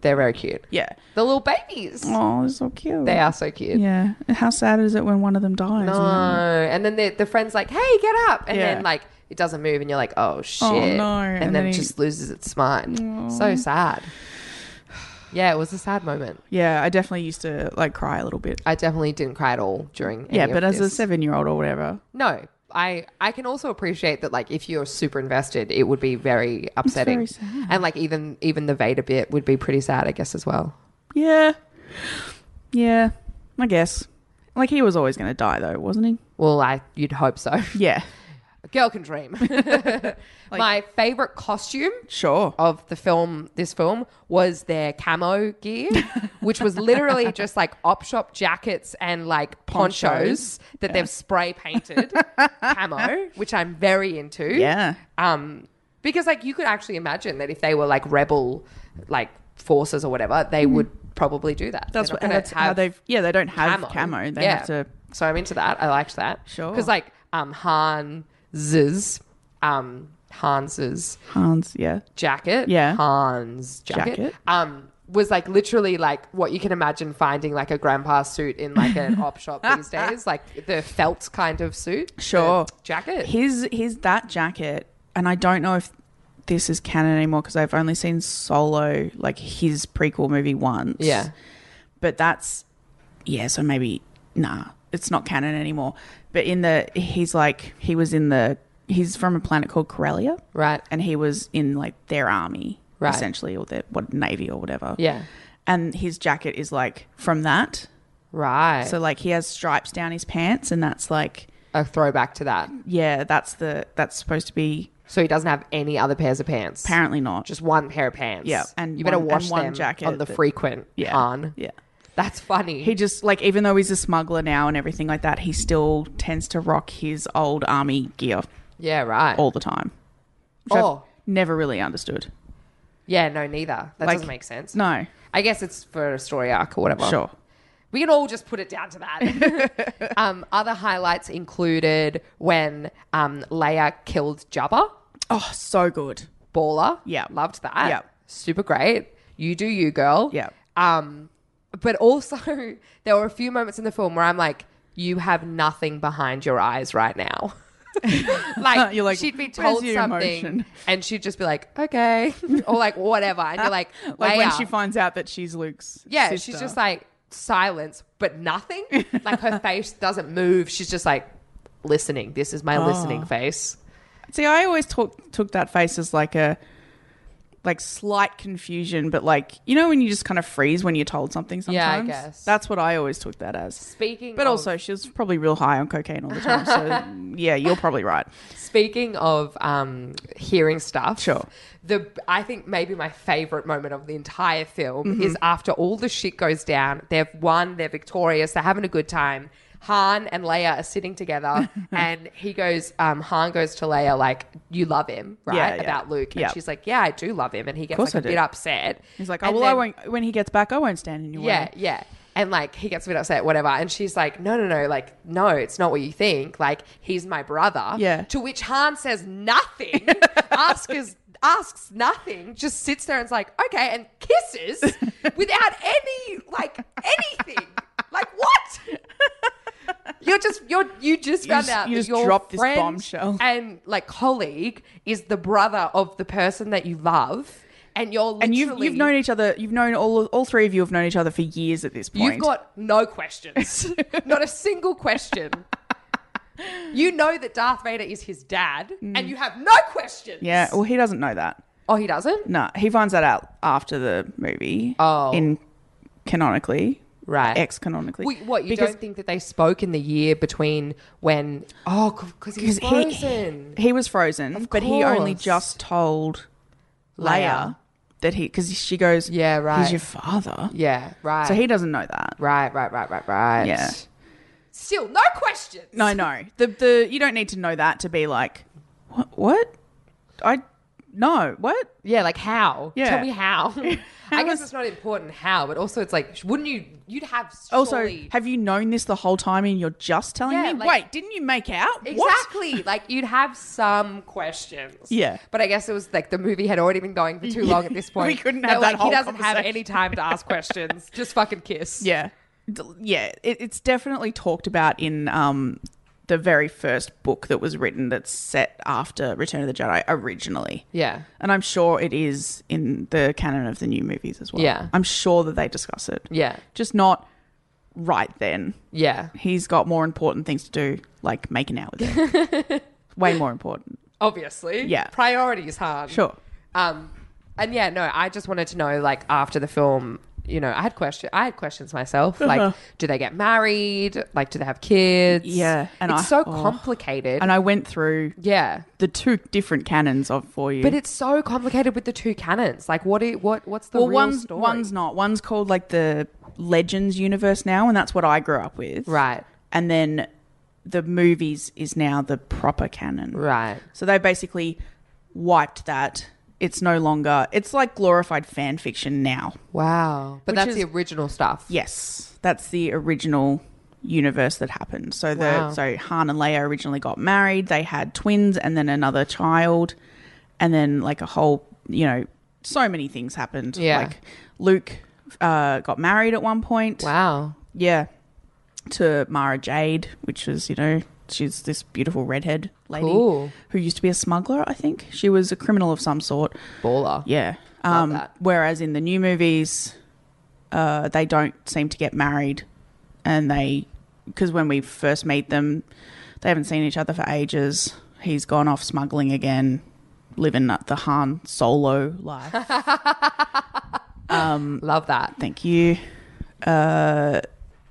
Speaker 5: They're very cute.
Speaker 4: yeah.
Speaker 5: The little babies.
Speaker 4: Oh, it's so cute.
Speaker 5: They are so cute.
Speaker 4: Yeah. And How sad is it when one of them dies?
Speaker 5: No. And then the, the friend's like, hey, get up. And
Speaker 4: Yeah.
Speaker 5: then, like, it doesn't move, and you're like, oh, shit.
Speaker 4: no.
Speaker 5: And,
Speaker 4: And
Speaker 5: then,
Speaker 4: then
Speaker 5: it
Speaker 4: he-
Speaker 5: just loses its mind. So sad. Yeah, it was a sad moment.
Speaker 4: Yeah, I definitely used to like cry a little bit.
Speaker 5: I definitely didn't cry at all during.
Speaker 4: yeah,
Speaker 5: any of
Speaker 4: but as a
Speaker 5: this.
Speaker 4: seven-year-old or whatever,
Speaker 5: No. I, I can also appreciate that like if you're super invested it would be very upsetting
Speaker 4: sad.
Speaker 5: and like even even the Vader bit would be pretty sad I guess as well
Speaker 4: yeah, yeah, I guess. Like he was always going to die, though, wasn't he?
Speaker 5: well I you'd hope so
Speaker 4: Yeah,
Speaker 5: a girl can dream my favorite costume
Speaker 4: sure.
Speaker 5: of the film, this film, was their camo gear, which was literally just like op shop jackets and like ponchos,
Speaker 4: Ponchos.
Speaker 5: that they've spray painted camo, which I'm very into.
Speaker 4: Yeah,
Speaker 5: Um, because like you could actually imagine that if they were like rebel, like forces or whatever, they would probably do that.
Speaker 4: Mm-hmm. that's
Speaker 5: They're
Speaker 4: what.
Speaker 5: not gonna
Speaker 4: That's how
Speaker 5: have
Speaker 4: they've. Yeah, they don't have camo. They
Speaker 5: Yeah.
Speaker 4: have to.
Speaker 5: So I'm into that. I liked that.
Speaker 4: Sure.
Speaker 5: Because like um, Hans's, um, Hans's
Speaker 4: Hans. Yeah.
Speaker 5: jacket,
Speaker 4: Yeah.
Speaker 5: Hans jacket,
Speaker 4: Jacket.
Speaker 5: um, was like literally like what you can imagine finding like a grandpa suit in like an op shop these days, like the felt kind of suit, the
Speaker 4: Sure.
Speaker 5: jacket.
Speaker 4: His his that jacket, and I don't know if this is canon anymore because I've only seen Solo, like his prequel movie, once.
Speaker 5: yeah,
Speaker 4: but that's yeah so maybe nah it's not canon anymore but in the he's like he was in the he's from a planet called Corellia
Speaker 5: right,
Speaker 4: and he was in like their army
Speaker 5: Right.
Speaker 4: essentially or their what navy or whatever
Speaker 5: yeah,
Speaker 4: and his jacket is like from that
Speaker 5: right.
Speaker 4: so
Speaker 5: So
Speaker 4: like he has stripes down his pants and that's like
Speaker 5: a throwback to that.
Speaker 4: yeah that's the that's supposed to be
Speaker 5: So he doesn't have any other pairs of pants.
Speaker 4: apparently not
Speaker 5: just one pair of pants.
Speaker 4: Yeah, and
Speaker 5: you better
Speaker 4: one- and
Speaker 5: wash
Speaker 4: one
Speaker 5: them
Speaker 4: jacket
Speaker 5: on the
Speaker 4: that-
Speaker 5: frequent
Speaker 4: yeah
Speaker 5: Han.
Speaker 4: yeah
Speaker 5: That's funny.
Speaker 4: he just like even though he's a smuggler now and everything like that he still tends to rock his old army gear
Speaker 5: yeah, right.
Speaker 4: all the time. Which
Speaker 5: Oh.
Speaker 4: I've never really understood.
Speaker 5: yeah, no, neither. That
Speaker 4: Like,
Speaker 5: doesn't make sense.
Speaker 4: No,
Speaker 5: I guess it's for a story arc or whatever.
Speaker 4: sure.
Speaker 5: We can all just put it down to that. um, other highlights included when um, Leia killed Jabba,
Speaker 4: Oh, so good.
Speaker 5: Baller.
Speaker 4: Yeah.
Speaker 5: Loved that.
Speaker 4: Yeah.
Speaker 5: Super great. You do you, girl.
Speaker 4: Yeah.
Speaker 5: Um, but also, there were a few moments in the film where I'm like, you have nothing behind your eyes right now. like
Speaker 4: You're like,
Speaker 5: she'd be
Speaker 4: "Where's
Speaker 5: told
Speaker 4: your
Speaker 5: something
Speaker 4: emotion?"
Speaker 5: and she'd just be like, okay, or like whatever, and you're like,
Speaker 4: like when
Speaker 5: "Leia."
Speaker 4: she finds out that she's Luke's.
Speaker 5: yeah, she's
Speaker 4: sister.
Speaker 5: just like silence, but nothing. like her face doesn't move. She's just like listening. This is my
Speaker 4: Oh.
Speaker 5: listening face.
Speaker 4: See, I always took took that face as like a like slight confusion, but like you know when you just kind of freeze when you're told something.
Speaker 5: Yeah, I
Speaker 4: Sometimes
Speaker 5: guess. Oh.
Speaker 4: that's what I always took that as.
Speaker 5: Speaking,
Speaker 4: But
Speaker 5: of-
Speaker 4: also, she was probably real high on cocaine all the time. So mm, yeah, you're probably right.
Speaker 5: Speaking of um, hearing stuff,
Speaker 4: Sure.
Speaker 5: The I think maybe my favorite moment of the entire film
Speaker 4: Mm-hmm.
Speaker 5: is after all the shit goes down. They've won. They're victorious. They're having a good time. Han and Leia are sitting together, and he goes. Um, Han goes to Leia like, "You love him, right?"
Speaker 4: Yeah, yeah.
Speaker 5: About Luke, and
Speaker 4: Yeah.
Speaker 5: she's like, "Yeah, I do love him." And he gets
Speaker 4: course
Speaker 5: like a
Speaker 4: I do.
Speaker 5: bit upset.
Speaker 4: He's like, oh
Speaker 5: And
Speaker 4: well, I
Speaker 5: then-
Speaker 4: won't. When he gets back, I won't stand in your
Speaker 5: yeah,
Speaker 4: way.
Speaker 5: yeah. And like he gets a bit upset, whatever. And she's like, no, no, no, like, no, it's not what you think. Like, he's my brother.
Speaker 4: Yeah.
Speaker 5: To which Han says nothing, asks asks nothing, just sits there and's like, okay, and kisses without any like anything. like what? You're just you're you just found
Speaker 4: just-
Speaker 5: out
Speaker 4: you
Speaker 5: that
Speaker 4: just
Speaker 5: your
Speaker 4: dropped this
Speaker 5: friend
Speaker 4: bombshell.
Speaker 5: and like colleague is the brother of the person that you love, and you're literally
Speaker 4: And you've, you've known each other. You've known all all three of you have known each other for years at this point.
Speaker 5: You've got no questions. Not a single question. You know that Darth Vader is his dad, and you have no questions.
Speaker 4: Mm. yeah. Well, he doesn't know that.
Speaker 5: Oh, he doesn't?
Speaker 4: No, he finds that out after the movie.
Speaker 5: Oh.
Speaker 4: in canonically,
Speaker 5: Right.
Speaker 4: ex canonically.
Speaker 5: Wait, what, you
Speaker 4: because
Speaker 5: don't think that they spoke in the year between when. Oh, because he was
Speaker 4: 'Cause he-
Speaker 5: frozen.
Speaker 4: he was frozen, but he only
Speaker 5: course.
Speaker 4: just told
Speaker 5: Leia.
Speaker 4: Leia that he because she goes,
Speaker 5: Yeah, right.
Speaker 4: he's your father."
Speaker 5: yeah, right.
Speaker 4: So he doesn't know that.
Speaker 5: Right, right, right, right, right.
Speaker 4: Yeah.
Speaker 5: Still, no questions.
Speaker 4: No, no. The the you don't need to know that to be like, what? What? I no. What?
Speaker 5: Yeah, like how?
Speaker 4: Yeah.
Speaker 5: Tell me how. I guess
Speaker 4: is-
Speaker 5: it's not important how, but also it's like, sh- wouldn't you? You'd have.
Speaker 4: Also,
Speaker 5: surely-
Speaker 4: have you known this the whole time and you're just telling
Speaker 5: Yeah,
Speaker 4: me?
Speaker 5: like-
Speaker 4: Wait, didn't you make out? What?
Speaker 5: Exactly. Like you'd have some questions.
Speaker 4: Yeah.
Speaker 5: But I guess it was like the movie had already been going for too long at this point.
Speaker 4: We couldn't
Speaker 5: They
Speaker 4: have
Speaker 5: were
Speaker 4: that
Speaker 5: like,
Speaker 4: whole
Speaker 5: He doesn't have
Speaker 4: conversation.
Speaker 5: any time to ask questions. Just fucking kiss.
Speaker 4: Yeah. D- Yeah, it, it's definitely talked about in um, the very first book that was written that's set after Return of the Jedi originally.
Speaker 5: Yeah.
Speaker 4: And I'm sure it is in the canon of the new movies as well.
Speaker 5: Yeah.
Speaker 4: I'm sure that they discuss it.
Speaker 5: Yeah.
Speaker 4: Just not right then.
Speaker 5: Yeah.
Speaker 4: He's got more important things to do, like making out with her. Way more important.
Speaker 5: Obviously.
Speaker 4: Yeah.
Speaker 5: Priorities hard.
Speaker 4: Sure.
Speaker 5: Um, and yeah, no, I just wanted to know, like, after the film, you know, I had question, I had questions myself,
Speaker 4: Uh-huh.
Speaker 5: like, do they get married? Like, do they have kids?
Speaker 4: Yeah, and
Speaker 5: it's
Speaker 4: I-
Speaker 5: so
Speaker 4: oh.
Speaker 5: complicated.
Speaker 4: And I went through
Speaker 5: yeah,
Speaker 4: the two different canons of for you.
Speaker 5: but it's so complicated with the two canons. Like, what? i- what? What's the
Speaker 4: well,
Speaker 5: real
Speaker 4: one's
Speaker 5: story?
Speaker 4: one's not. One's called like the Legends universe now, and that's what I grew up with.
Speaker 5: Right.
Speaker 4: And then the movies is now the proper canon.
Speaker 5: Right.
Speaker 4: So they basically wiped that. It's no longer. It's like glorified fan fiction now.
Speaker 5: Wow.
Speaker 4: Which
Speaker 5: But that's
Speaker 4: is-
Speaker 5: the original stuff.
Speaker 4: Yes, that's the original universe that happened. So the
Speaker 5: Wow.
Speaker 4: so Han and Leia originally got married. They had twins and then another child, and then like a whole you know so many things happened.
Speaker 5: Yeah.
Speaker 4: like Luke uh, got married at one point.
Speaker 5: Wow.
Speaker 4: Yeah, to Mara Jade, which was you know she's this beautiful redhead lady
Speaker 5: Cool.
Speaker 4: who used to be a smuggler. I think she was a criminal of some sort.
Speaker 5: Baller.
Speaker 4: Yeah.
Speaker 5: Love
Speaker 4: Um,
Speaker 5: that.
Speaker 4: whereas in the new movies, uh, they don't seem to get married, and they because when we first meet them, they haven't seen each other for ages. He's gone off smuggling again, living the Han Solo life.
Speaker 5: Love that.
Speaker 4: Thank you. Uh,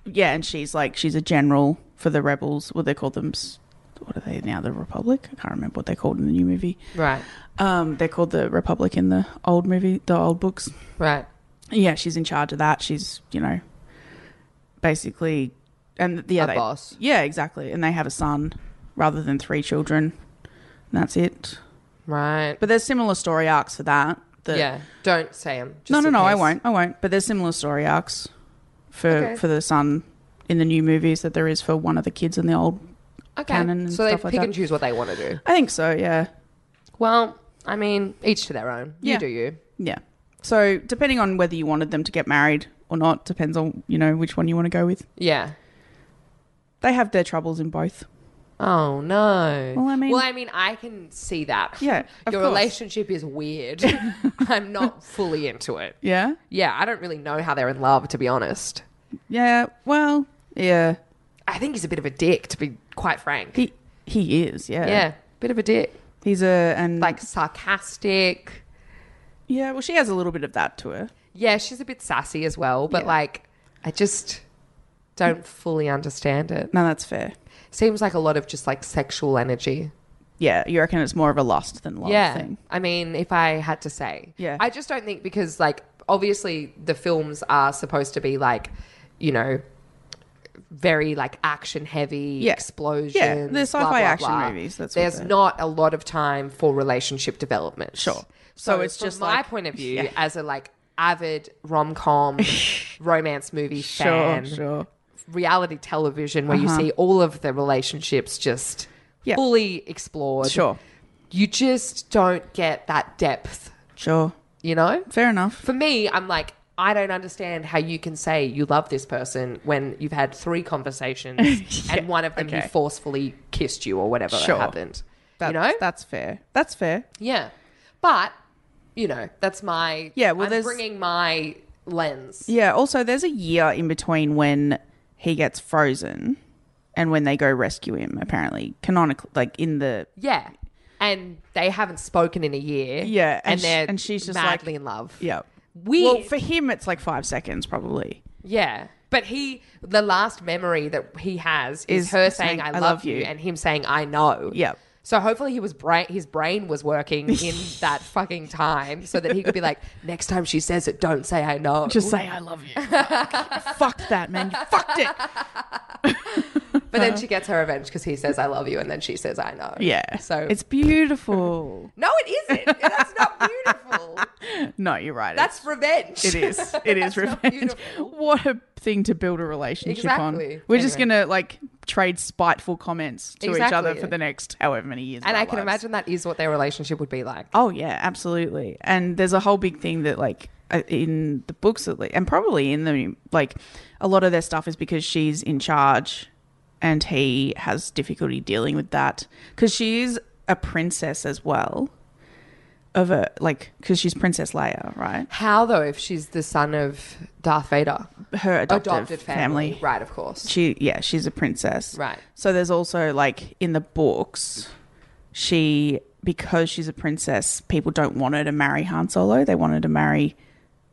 Speaker 4: yeah, and she's like she's a general for the rebels. What they call them? s- What are they now? The Republic? I can't remember what they called in the new movie.
Speaker 5: Right.
Speaker 4: Um, they're called the Republic in the old movie, the old books.
Speaker 5: Right.
Speaker 4: Yeah, she's in charge of that. She's, you know, basically, and yeah,
Speaker 5: A
Speaker 4: they-
Speaker 5: boss.
Speaker 4: Yeah, exactly. And they have a son rather than three children. And that's it.
Speaker 5: Right.
Speaker 4: But there's similar story arcs for that. that
Speaker 5: yeah. Don't say them.
Speaker 4: No,
Speaker 5: just
Speaker 4: no,
Speaker 5: in
Speaker 4: no. I
Speaker 5: case.
Speaker 4: won't. I won't. But there's similar story arcs for
Speaker 5: Okay.
Speaker 4: for the son in the new movies that there is for one of the kids in the old.
Speaker 5: Okay.
Speaker 4: Canon and
Speaker 5: so they
Speaker 4: stuff like
Speaker 5: pick
Speaker 4: that.
Speaker 5: and choose what they want to do.
Speaker 4: I think so. Yeah.
Speaker 5: Well, I mean, each to their own. You
Speaker 4: Yeah.
Speaker 5: do you.
Speaker 4: Yeah. So depending on whether you wanted them to get married or not, depends on you know which one you want to go with.
Speaker 5: Yeah.
Speaker 4: They have their troubles in both.
Speaker 5: Oh no.
Speaker 4: Well, I mean-
Speaker 5: well, I mean, I can see that.
Speaker 4: Yeah, of
Speaker 5: your
Speaker 4: course.
Speaker 5: relationship is weird. I'm not fully into it.
Speaker 4: Yeah.
Speaker 5: Yeah, I don't really know how they're in love, to be honest.
Speaker 4: Yeah. Well. Yeah.
Speaker 5: I think he's a bit of a dick, to be quite frank.
Speaker 4: He he is. Yeah. Mm.
Speaker 5: yeah, bit of a dick.
Speaker 4: He's a and
Speaker 5: Like sarcastic.
Speaker 4: yeah. Well, she has a little bit of that to her.
Speaker 5: Yeah, she's a bit sassy as well, but like, I just don't fully understand it.
Speaker 4: No, that's fair.
Speaker 5: Seems like a lot of just like sexual energy.
Speaker 4: Yeah. You reckon it's more of a lust than love
Speaker 5: yeah.
Speaker 4: thing.
Speaker 5: I mean, if I had to say.
Speaker 4: Yeah.
Speaker 5: I just don't think because like obviously the films are supposed to be like, you know, very like action heavy
Speaker 4: Yeah.
Speaker 5: explosions.
Speaker 4: Yeah, they're
Speaker 5: blah,
Speaker 4: sci-fi
Speaker 5: blah,
Speaker 4: action
Speaker 5: blah.
Speaker 4: movies, that's what
Speaker 5: There's
Speaker 4: they're-
Speaker 5: not a lot of time for relationship development.
Speaker 4: Sure.
Speaker 5: So,
Speaker 4: So it's
Speaker 5: from
Speaker 4: just
Speaker 5: my
Speaker 4: like-
Speaker 5: point of view
Speaker 4: Yeah.
Speaker 5: as a like avid rom com romance movie fan reality television where you see all of the relationships just
Speaker 4: Uh-huh. Yeah.
Speaker 5: fully explored.
Speaker 4: Sure.
Speaker 5: You just don't get that depth,
Speaker 4: Sure.
Speaker 5: you know?
Speaker 4: Fair enough.
Speaker 5: For me, I'm like, I don't understand how you can say you love this person when you've had three conversations and one of them you
Speaker 4: okay.
Speaker 5: forcefully kissed you or whatever
Speaker 4: Sure.
Speaker 5: happened.
Speaker 4: That,
Speaker 5: you know?
Speaker 4: That's fair. That's fair.
Speaker 5: yeah. But, you know, that's my.
Speaker 4: Yeah, well,
Speaker 5: I'm
Speaker 4: there's-
Speaker 5: bringing my lens.
Speaker 4: Yeah. Also, there's a year in between when he gets frozen and when they go rescue him. Apparently, canonically, like in the
Speaker 5: Yeah. And they haven't spoken in a year.
Speaker 4: Yeah,
Speaker 5: And,
Speaker 4: and sh-
Speaker 5: they're
Speaker 4: and she's just like-
Speaker 5: madly in love.
Speaker 4: yeah.
Speaker 5: Weird.
Speaker 4: Well, for him, it's like five seconds probably.
Speaker 5: Yeah. But he, the last memory that he has is,
Speaker 4: Is
Speaker 5: her saying, I, love, you.
Speaker 4: you.
Speaker 5: and him saying, I know.
Speaker 4: Yep.
Speaker 5: So hopefully he was brain, his brain was working in that fucking time so that he could be like, next time she says it, don't say I know.
Speaker 4: Just say I love you. Fuck that, man. You fucked it.
Speaker 5: but then she gets her revenge because he says, I love you. And then she says, I know.
Speaker 4: uh-huh. Yeah.
Speaker 5: So
Speaker 4: it's beautiful.
Speaker 5: no, it isn't. That's not beautiful.
Speaker 4: no, you're right.
Speaker 5: That's revenge.
Speaker 4: It is. It is
Speaker 5: not
Speaker 4: revenge.
Speaker 5: beautiful.
Speaker 4: What a thing to build a relationship
Speaker 5: Exactly.
Speaker 4: on. We're just
Speaker 5: Anyway.
Speaker 4: gonna like trade spiteful comments to each other
Speaker 5: Exactly.
Speaker 4: for the next however many years. of
Speaker 5: And
Speaker 4: our
Speaker 5: I can
Speaker 4: lives.
Speaker 5: imagine that is what their relationship would be like.
Speaker 4: Oh yeah, absolutely. And there's a whole big thing that like uh, in the books at least, and probably in the like a lot of their stuff is because she's in charge, and he has difficulty dealing with that because she is a princess as well. Of a like, because she's Princess Leia, right?
Speaker 5: How though, if she's the son of Darth Vader,
Speaker 4: Her adoptive, family,
Speaker 5: right? Of course.
Speaker 4: she yeah she's a princess
Speaker 5: Right.
Speaker 4: so there's also like in the books she because she's a princess people don't want her to marry han solo they want her to marry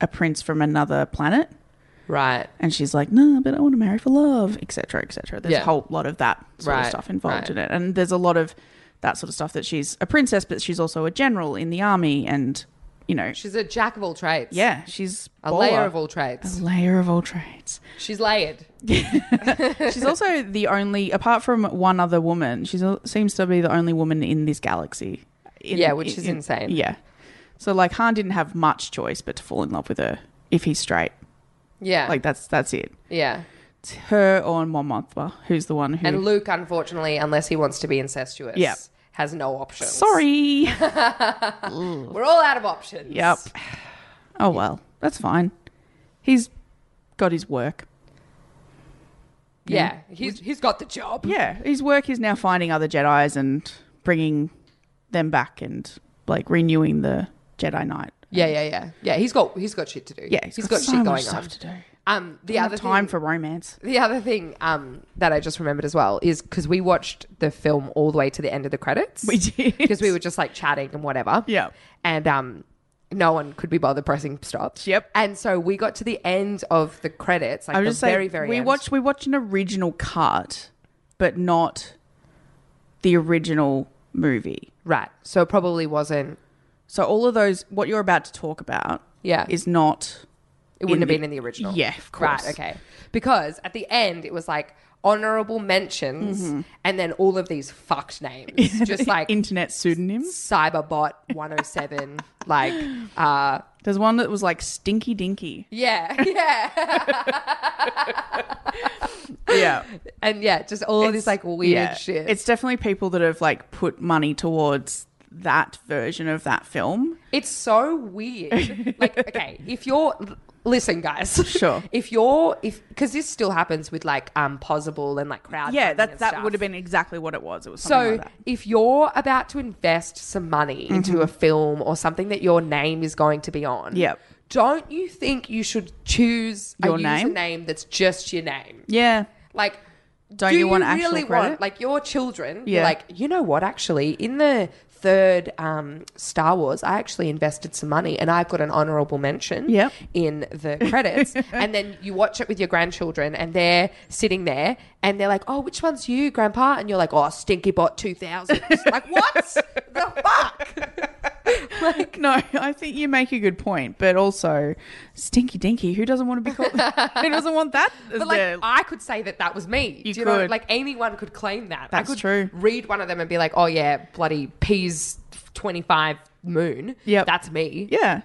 Speaker 4: a prince from another planet
Speaker 5: Right.
Speaker 4: and she's like no but i want to marry for love etc etc there's
Speaker 5: Yeah.
Speaker 4: a whole lot of that sort
Speaker 5: Right,
Speaker 4: of stuff involved
Speaker 5: right.
Speaker 4: in it and there's a lot of that sort of stuff that she's a princess but she's also a general in the army and you know
Speaker 5: She's a jack of all trades.
Speaker 4: yeah she's
Speaker 5: A
Speaker 4: baller.
Speaker 5: layer of all
Speaker 4: a
Speaker 5: trades.
Speaker 4: layer of all trades
Speaker 5: She's layered.
Speaker 4: She's also the only, apart from one other woman, she seems to be the only woman in this galaxy. In-
Speaker 5: Yeah, which is insane.
Speaker 4: Yeah. So like Han didn't have much choice but to fall in love with her if he's straight.
Speaker 5: Yeah.
Speaker 4: Like that's that's it.
Speaker 5: yeah.
Speaker 4: It's her or Mon Mothma, who's the one who.
Speaker 5: And Luke, unfortunately, unless he wants to be incestuous,
Speaker 4: Yeah.
Speaker 5: has no options.
Speaker 4: Sorry.
Speaker 5: We're all out of options.
Speaker 4: yep. Oh well, that's fine. He's got his work.
Speaker 5: Yeah. He's he's got the job.
Speaker 4: Yeah, his work is now finding other Jedi's and bringing them back and like renewing the Jedi Knight.
Speaker 5: Yeah, yeah, yeah. Yeah, he's got he's got shit to do.
Speaker 4: Yeah,
Speaker 5: he's got,
Speaker 4: so
Speaker 5: shit
Speaker 4: much
Speaker 5: going
Speaker 4: stuff
Speaker 5: on.
Speaker 4: to do.
Speaker 5: Um the
Speaker 4: Not
Speaker 5: other
Speaker 4: time
Speaker 5: thing,
Speaker 4: for romance.
Speaker 5: The other thing um, that I just remembered as well is because we watched the film all the way to the end of the credits.
Speaker 4: We did.
Speaker 5: Because we were just like chatting and whatever.
Speaker 4: Yeah.
Speaker 5: And um, no one could be bothered pressing stop.
Speaker 4: Yep.
Speaker 5: And so we got to the end of the credits, like
Speaker 4: I
Speaker 5: the
Speaker 4: was just
Speaker 5: very,
Speaker 4: saying,
Speaker 5: very
Speaker 4: we
Speaker 5: end.
Speaker 4: watched we watched an original cut, but not the original movie.
Speaker 5: Right. So it probably wasn't,
Speaker 4: So all of those, what you're about to talk about,
Speaker 5: Yeah.
Speaker 4: is not
Speaker 5: it wouldn't
Speaker 4: In
Speaker 5: have
Speaker 4: the-
Speaker 5: been in the original.
Speaker 4: Yeah, of course.
Speaker 5: Right. Okay. Because at the end, it was like honorable mentions
Speaker 4: Mm-hmm.
Speaker 5: and then all of these fucked names. just like
Speaker 4: internet pseudonyms.
Speaker 5: Cyberbot 107, like. Uh,
Speaker 4: There's one that was like Stinky Dinky.
Speaker 5: Yeah, yeah,
Speaker 4: Yeah,
Speaker 5: and yeah, just all of this like weird
Speaker 4: yeah.
Speaker 5: shit.
Speaker 4: It's definitely people that have like put money towards that version of that film.
Speaker 5: it's so weird. like, okay, if you're listen, guys.
Speaker 4: Sure.
Speaker 5: if you're if because this still happens with like um possible and like crowd.
Speaker 4: Yeah, that that would have been exactly what it was. It was
Speaker 5: So,
Speaker 4: something like that. Mm-hmm.
Speaker 5: if you're about to invest some money into a film or something that your name is going to be on,
Speaker 4: Yep.
Speaker 5: don't you think you should choose
Speaker 4: Your
Speaker 5: a
Speaker 4: name?
Speaker 5: username that's just your name?
Speaker 4: yeah,
Speaker 5: Like,
Speaker 4: Don't
Speaker 5: do
Speaker 4: you want actual
Speaker 5: really
Speaker 4: credit?
Speaker 5: want like your children?
Speaker 4: Yeah.
Speaker 5: Yeah. Like, you know what? Actually, in the third um, Star Wars, I actually invested some money, and I've got an honourable mention.
Speaker 4: Yep.
Speaker 5: In the credits, and then you watch it with your grandchildren, and they're sitting there, and they're like, "Oh, which one's you, Grandpa?" And you're like, "Oh, Stinky Bot 2000." like, what the fuck?
Speaker 4: like no, I think you make a good point, but also Stinky Dinky, who doesn't want to be called? who doesn't want that? as
Speaker 5: But like,
Speaker 4: their-
Speaker 5: I could say that that was me.
Speaker 4: You
Speaker 5: Do you know,
Speaker 4: could.
Speaker 5: like anyone could claim that.
Speaker 4: That's
Speaker 5: I could
Speaker 4: true.
Speaker 5: Read one of them and be like, "Oh yeah, bloody peas twenty five moon.
Speaker 4: Yep.
Speaker 5: that's me.
Speaker 4: yeah,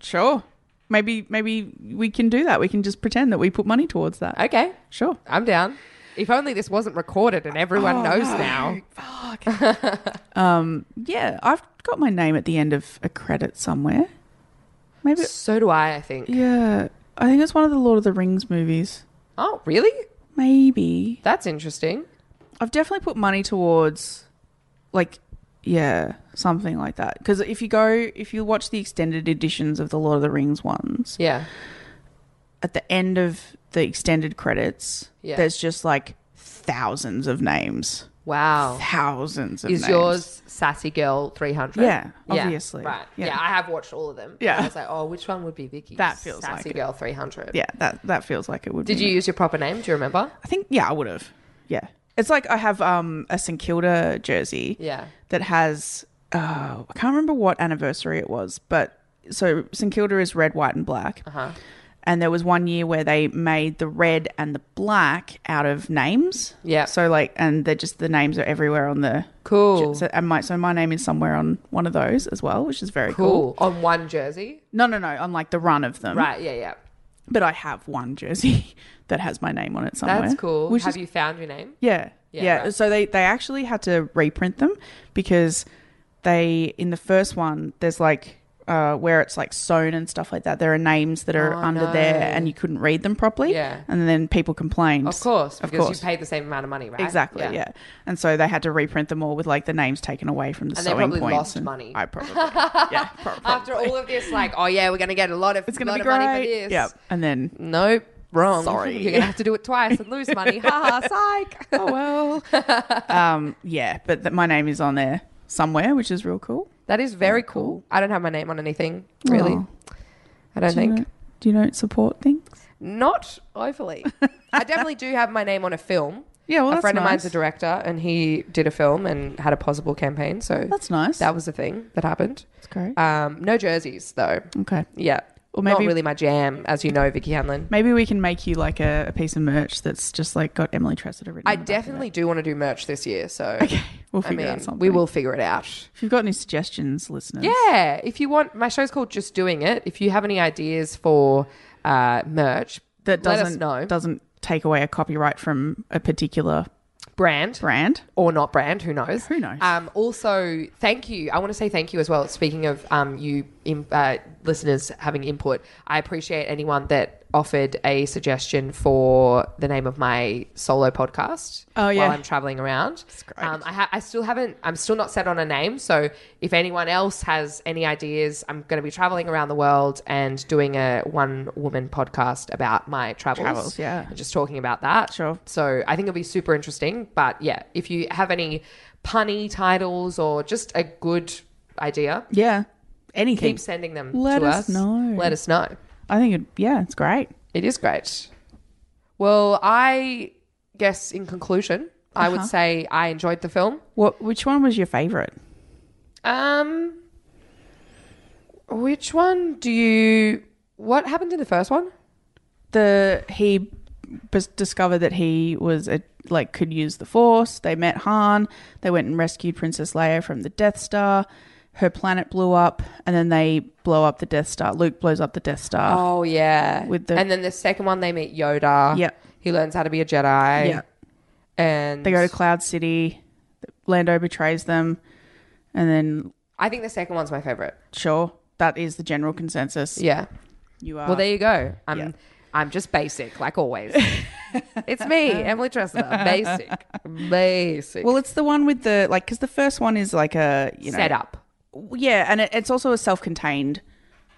Speaker 4: sure. Maybe maybe we can do that. We can just pretend that we put money towards that.
Speaker 5: Okay,
Speaker 4: Sure.
Speaker 5: I'm down. If only this wasn't recorded and
Speaker 4: Oh,
Speaker 5: everyone knows now.
Speaker 4: Yeah, I've got my name at the end of a credit somewhere. Maybe.
Speaker 5: So do I. I think.
Speaker 4: Yeah, I think it's one of the Lord of the Rings movies.
Speaker 5: Oh, really?
Speaker 4: Maybe.
Speaker 5: That's interesting.
Speaker 4: I've definitely put money towards, like, yeah, something like that. Because if you go, if you watch the extended editions of the Lord of the Rings ones,
Speaker 5: Yeah.
Speaker 4: at the end of the extended credits,
Speaker 5: Yeah.
Speaker 4: there's just like thousands of names.
Speaker 5: Wow.
Speaker 4: Thousands of
Speaker 5: Is
Speaker 4: names.
Speaker 5: yours Sassy Girl 300?
Speaker 4: Yeah, obviously.
Speaker 5: Right.
Speaker 4: Yeah.
Speaker 5: Yeah. I have watched all of them.
Speaker 4: Yeah.
Speaker 5: I was like, oh, which one would be Vicky?
Speaker 4: That feels
Speaker 5: Sassy
Speaker 4: like it.
Speaker 5: Girl 300.
Speaker 4: Yeah, that that feels like it would.
Speaker 5: Did
Speaker 4: be
Speaker 5: you
Speaker 4: mine.
Speaker 5: use your proper name? Do you remember?
Speaker 4: I think yeah, I would have. Yeah, it's like I have um a St Kilda jersey.
Speaker 5: Yeah.
Speaker 4: that has uh, I can't remember what anniversary it was, but so St Kilda is red, white, and black.
Speaker 5: Uh-huh.
Speaker 4: And there was one year where they made the red and the black out of names.
Speaker 5: Yeah.
Speaker 4: So like, and they're just the names are everywhere on the
Speaker 5: Cool.
Speaker 4: So, and my so my name is somewhere on one of those as well, which is very cool.
Speaker 5: Cool. Mm-hmm. On one jersey.
Speaker 4: No, no, no, on like the run of them.
Speaker 5: Right. Yeah. Yeah.
Speaker 4: But I have one jersey that has my name on it somewhere.
Speaker 5: That's cool.
Speaker 4: Which
Speaker 5: have
Speaker 4: is
Speaker 5: you found your name?
Speaker 4: Yeah. Yeah.
Speaker 5: Yeah, right.
Speaker 4: So they, they actually had to reprint them because they, in the first one, there's like uh, where it's like sewn and stuff like that. There are names that are
Speaker 5: Oh,
Speaker 4: under
Speaker 5: no.
Speaker 4: there and you couldn't read them properly.
Speaker 5: Yeah.
Speaker 4: And then people complained.
Speaker 5: Of course.
Speaker 4: Of
Speaker 5: Because
Speaker 4: course.
Speaker 5: you paid the same amount of money, right?
Speaker 4: Exactly, yeah. And so they had to reprint them all with like the names taken away from the
Speaker 5: And they
Speaker 4: sewing
Speaker 5: probably
Speaker 4: points.
Speaker 5: lost
Speaker 4: and-
Speaker 5: money.
Speaker 4: I probably, yeah, pro-
Speaker 5: After
Speaker 4: probably.
Speaker 5: all of this, like, oh yeah, we're gonna get a lot of
Speaker 4: it's gonna
Speaker 5: lot
Speaker 4: be
Speaker 5: of
Speaker 4: great.
Speaker 5: money for this.
Speaker 4: Yep. And then
Speaker 5: Nope. Wrong.
Speaker 4: Sorry.
Speaker 5: You're gonna have to do it twice and lose money. Ha ha. Psych.
Speaker 4: oh well, um, yeah. But th- my name is on there somewhere, which is real cool.
Speaker 5: That is very cool. I don't have my name on anything really.
Speaker 4: Aw.
Speaker 5: I don't
Speaker 4: Do you
Speaker 5: think.
Speaker 4: not- do you not support things?
Speaker 5: Not overly. I definitely do have my name on a film.
Speaker 4: Yeah, well,
Speaker 5: a
Speaker 4: that's
Speaker 5: friend of mine's a
Speaker 4: nice.
Speaker 5: director, and he did a film and had a possible campaign. So
Speaker 4: That's nice.
Speaker 5: That was a thing that happened. That's
Speaker 4: great.
Speaker 5: Um, no jerseys though.
Speaker 4: Uh, Okay.
Speaker 5: Yeah.
Speaker 4: Or
Speaker 5: Or
Speaker 4: maybe-
Speaker 5: maybe, Not really my jam, as you know, Vicky Hanlon.
Speaker 4: Maybe we can make you like a, a piece of merch that's just like got Emily Tressida written. on the
Speaker 5: I
Speaker 4: back of it.
Speaker 5: definitely do want to do merch this year, so
Speaker 4: Mm, We'll
Speaker 5: I
Speaker 4: figure
Speaker 5: mean,
Speaker 4: out something.
Speaker 5: we will figure it out.
Speaker 4: If you've got any suggestions, listeners.
Speaker 5: Yeah, if you want, my show's called Just Doing It. If you have any ideas for uh, merch,
Speaker 4: That
Speaker 5: let
Speaker 4: doesn't
Speaker 5: us know.
Speaker 4: doesn't take away a copyright from a particular
Speaker 5: brand,
Speaker 4: brand.
Speaker 5: or not brand, who knows?
Speaker 4: Who knows?
Speaker 5: Um, also, thank you. I want to say thank you as well. Speaking of um, you im uh, listeners having input, I appreciate anyone that offered a suggestion for the name of my solo podcast.
Speaker 4: Oh, yeah.
Speaker 5: while I'm traveling around. Um, I, ha- I still haven't. I'm still not set on a name. So if anyone else has any ideas, I'm going to be traveling around the world and doing a one woman podcast about my travels.
Speaker 4: Travels, yeah.
Speaker 5: and just talking about that.
Speaker 4: Sure.
Speaker 5: So I think it'll be super interesting. But yeah, if you have any punny titles or just a good idea,
Speaker 4: Yeah. Anything.
Speaker 5: keep sending them
Speaker 4: Let
Speaker 5: to
Speaker 4: us
Speaker 5: us.
Speaker 4: know.
Speaker 5: Let us know.
Speaker 4: I think it, yeah, it's great.
Speaker 5: It is great. Well, I guess in conclusion, I
Speaker 4: Uh-huh.
Speaker 5: would say I enjoyed the film.
Speaker 4: What which one was your favorite?
Speaker 5: Um, which one do you? What happened in the first one?
Speaker 4: The he b- discovered that he was a like could use the force. They met Han. They went and rescued Princess Leia from the Death Star. Her planet blew up, and then they blow up the Death Star. Luke blows up the Death Star.
Speaker 5: Oh yeah,
Speaker 4: Ah, With the-
Speaker 5: and then the second one they meet Yoda.
Speaker 4: Yep.
Speaker 5: he learns how to be a Jedi.
Speaker 4: Yep.
Speaker 5: and
Speaker 4: They go to Cloud City. Lando betrays them, and then
Speaker 5: I think the second one's my favorite.
Speaker 4: sure, that is the general consensus.
Speaker 5: Yeah.
Speaker 4: You are.
Speaker 5: Well, there you go. I'm
Speaker 4: Ah. Yeah.
Speaker 5: I'm just basic, like always. it's me, Emily Tressler. Basic, basic.
Speaker 4: Well, it's the one with the like because the first one is like a you know
Speaker 5: set up.
Speaker 4: Yeah, and it, it's also a self-contained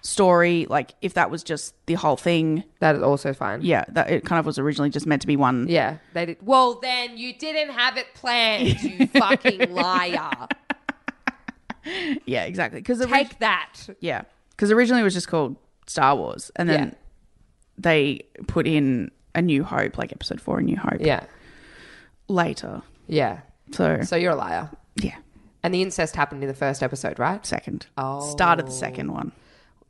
Speaker 4: story. Like if that was just the whole thing,
Speaker 5: That also fine.
Speaker 4: yeah, that it kind of was originally just meant to be one.
Speaker 5: Yeah, they did. Well, then you didn't have it planned, you fucking liar.
Speaker 4: yeah exactly. Because
Speaker 5: Take that.
Speaker 4: yeah, because originally it was just called Star Wars, and then
Speaker 5: Yeah.
Speaker 4: they put in A New Hope, like Episode Four, A New Hope,
Speaker 5: Yeah,
Speaker 4: later.
Speaker 5: yeah.
Speaker 4: So,
Speaker 5: So you're a liar.
Speaker 4: yeah,
Speaker 5: And the incest happened in the first episode, right?
Speaker 4: second. Oh, started the second one.
Speaker 5: Oh.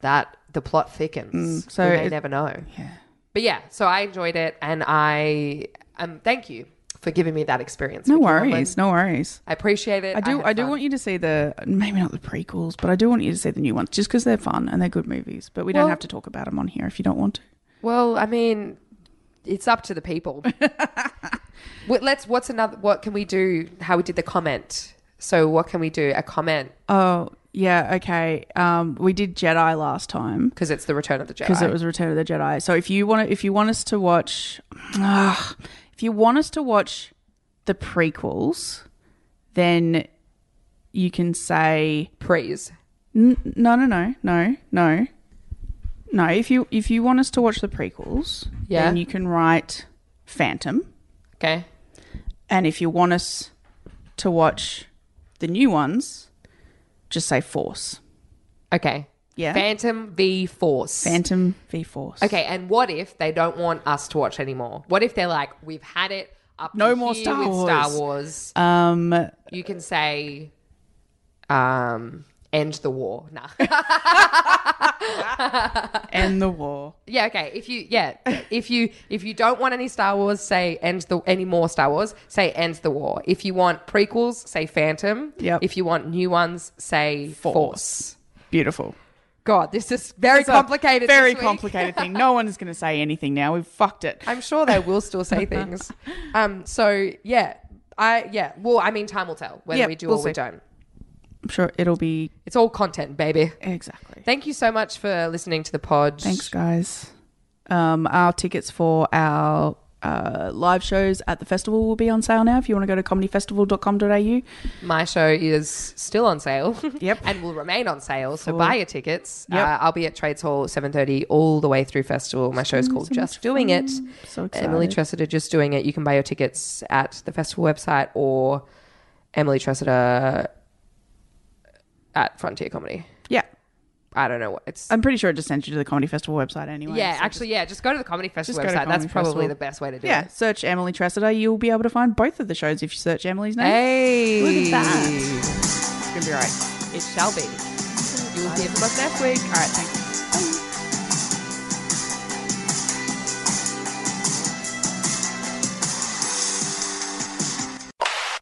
Speaker 5: That the plot thickens.
Speaker 4: Mm. so
Speaker 5: so we may
Speaker 4: it-
Speaker 5: never know. Yeah. But yeah, so I enjoyed it, and I um thank you for giving me that experience.
Speaker 4: No
Speaker 5: Vicky
Speaker 4: worries,
Speaker 5: Nolan.
Speaker 4: no worries.
Speaker 5: I appreciate it.
Speaker 4: I do. I, do want you to see the maybe not the prequels, but I do want you to see the new ones, just because they're fun and they're good movies. But we don't
Speaker 5: Well-
Speaker 4: have to talk about them on here if you don't want to.
Speaker 5: Well, I mean, it's up to the people. What- Let's. What's another? What can we do? How we did the comment. So what can we do? A comment
Speaker 4: Oh yeah, okay. Um, we did Jedi last time
Speaker 5: because it's the Return of the Jedi.
Speaker 4: because it was Return of the Jedi. So if you want to, if you want us to watch, ah, if you want us to watch the prequels, then you can say
Speaker 5: praise.
Speaker 4: N- no, no, no, no, no, no. If you if you want us to watch the prequels,
Speaker 5: Yeah.
Speaker 4: then you can write Phantom,
Speaker 5: Okay.
Speaker 4: and if you want us to watch the new ones, just say Force.
Speaker 5: Okay.
Speaker 4: Yeah.
Speaker 5: Phantom v Force.
Speaker 4: Phantom v Force.
Speaker 5: Okay, and what if they don't want us to watch anymore? What if they're like, we've had it up
Speaker 4: No
Speaker 5: to
Speaker 4: more
Speaker 5: here
Speaker 4: Star
Speaker 5: with
Speaker 4: Wars.
Speaker 5: Star Wars.
Speaker 4: Um,
Speaker 5: you can say, um, end the war. Nah.
Speaker 4: end the war.
Speaker 5: yeah, okay. If you, yeah, if you, if you don't want any Star Wars, say end the any more Star Wars. Say end the war. If you want prequels, say Phantom.
Speaker 4: Yep.
Speaker 5: If you want new ones, say Force.
Speaker 4: Beautiful.
Speaker 5: God, this is very
Speaker 4: It's a
Speaker 5: complicated.
Speaker 4: Very
Speaker 5: this week.
Speaker 4: complicated thing. No one is going to say anything now. We've fucked it.
Speaker 5: I'm sure they will still say things. Um, so yeah, I yeah. Well, I mean, time will tell whether
Speaker 4: Yep,
Speaker 5: we do
Speaker 4: we'll
Speaker 5: or we
Speaker 4: see.
Speaker 5: don't.
Speaker 4: I'm sure it'll be
Speaker 5: It's all content, baby.
Speaker 4: exactly.
Speaker 5: Thank you so much for listening to the pod.
Speaker 4: Thanks, guys. Um, our tickets for our uh, live shows at the festival will be on sale now. If you want to go to comedyfestival.com.au,
Speaker 5: My show is still on sale.
Speaker 4: Yep.
Speaker 5: and will remain on sale. So buy your tickets.
Speaker 4: Yep.
Speaker 5: Uh, I'll be at Trades Hall 7:30 all the way through festival. My show's called Just Doing It.
Speaker 4: so excited.
Speaker 5: Emily Tressida, Just Doing It. You can buy your tickets at the festival website or Emily Tressida at Frontier Comedy.
Speaker 4: yeah,
Speaker 5: I don't know what it's.
Speaker 4: I'm pretty sure it just sends you to the comedy festival website anyway.
Speaker 5: Yeah,
Speaker 4: so
Speaker 5: actually, yeah. Just go to the Comedy Festival
Speaker 4: just go to
Speaker 5: website. That's
Speaker 4: Comedy
Speaker 5: probably
Speaker 4: Festival.
Speaker 5: the best way to
Speaker 4: just-
Speaker 5: do
Speaker 4: yeah.
Speaker 5: it.
Speaker 4: Search Emily Tressida. You'll be able to find both of the shows if you search Emily's name.
Speaker 5: Hey,
Speaker 4: Look at that.
Speaker 5: It's gonna be right. It shall be. You will hear from us next week. All right, thanks.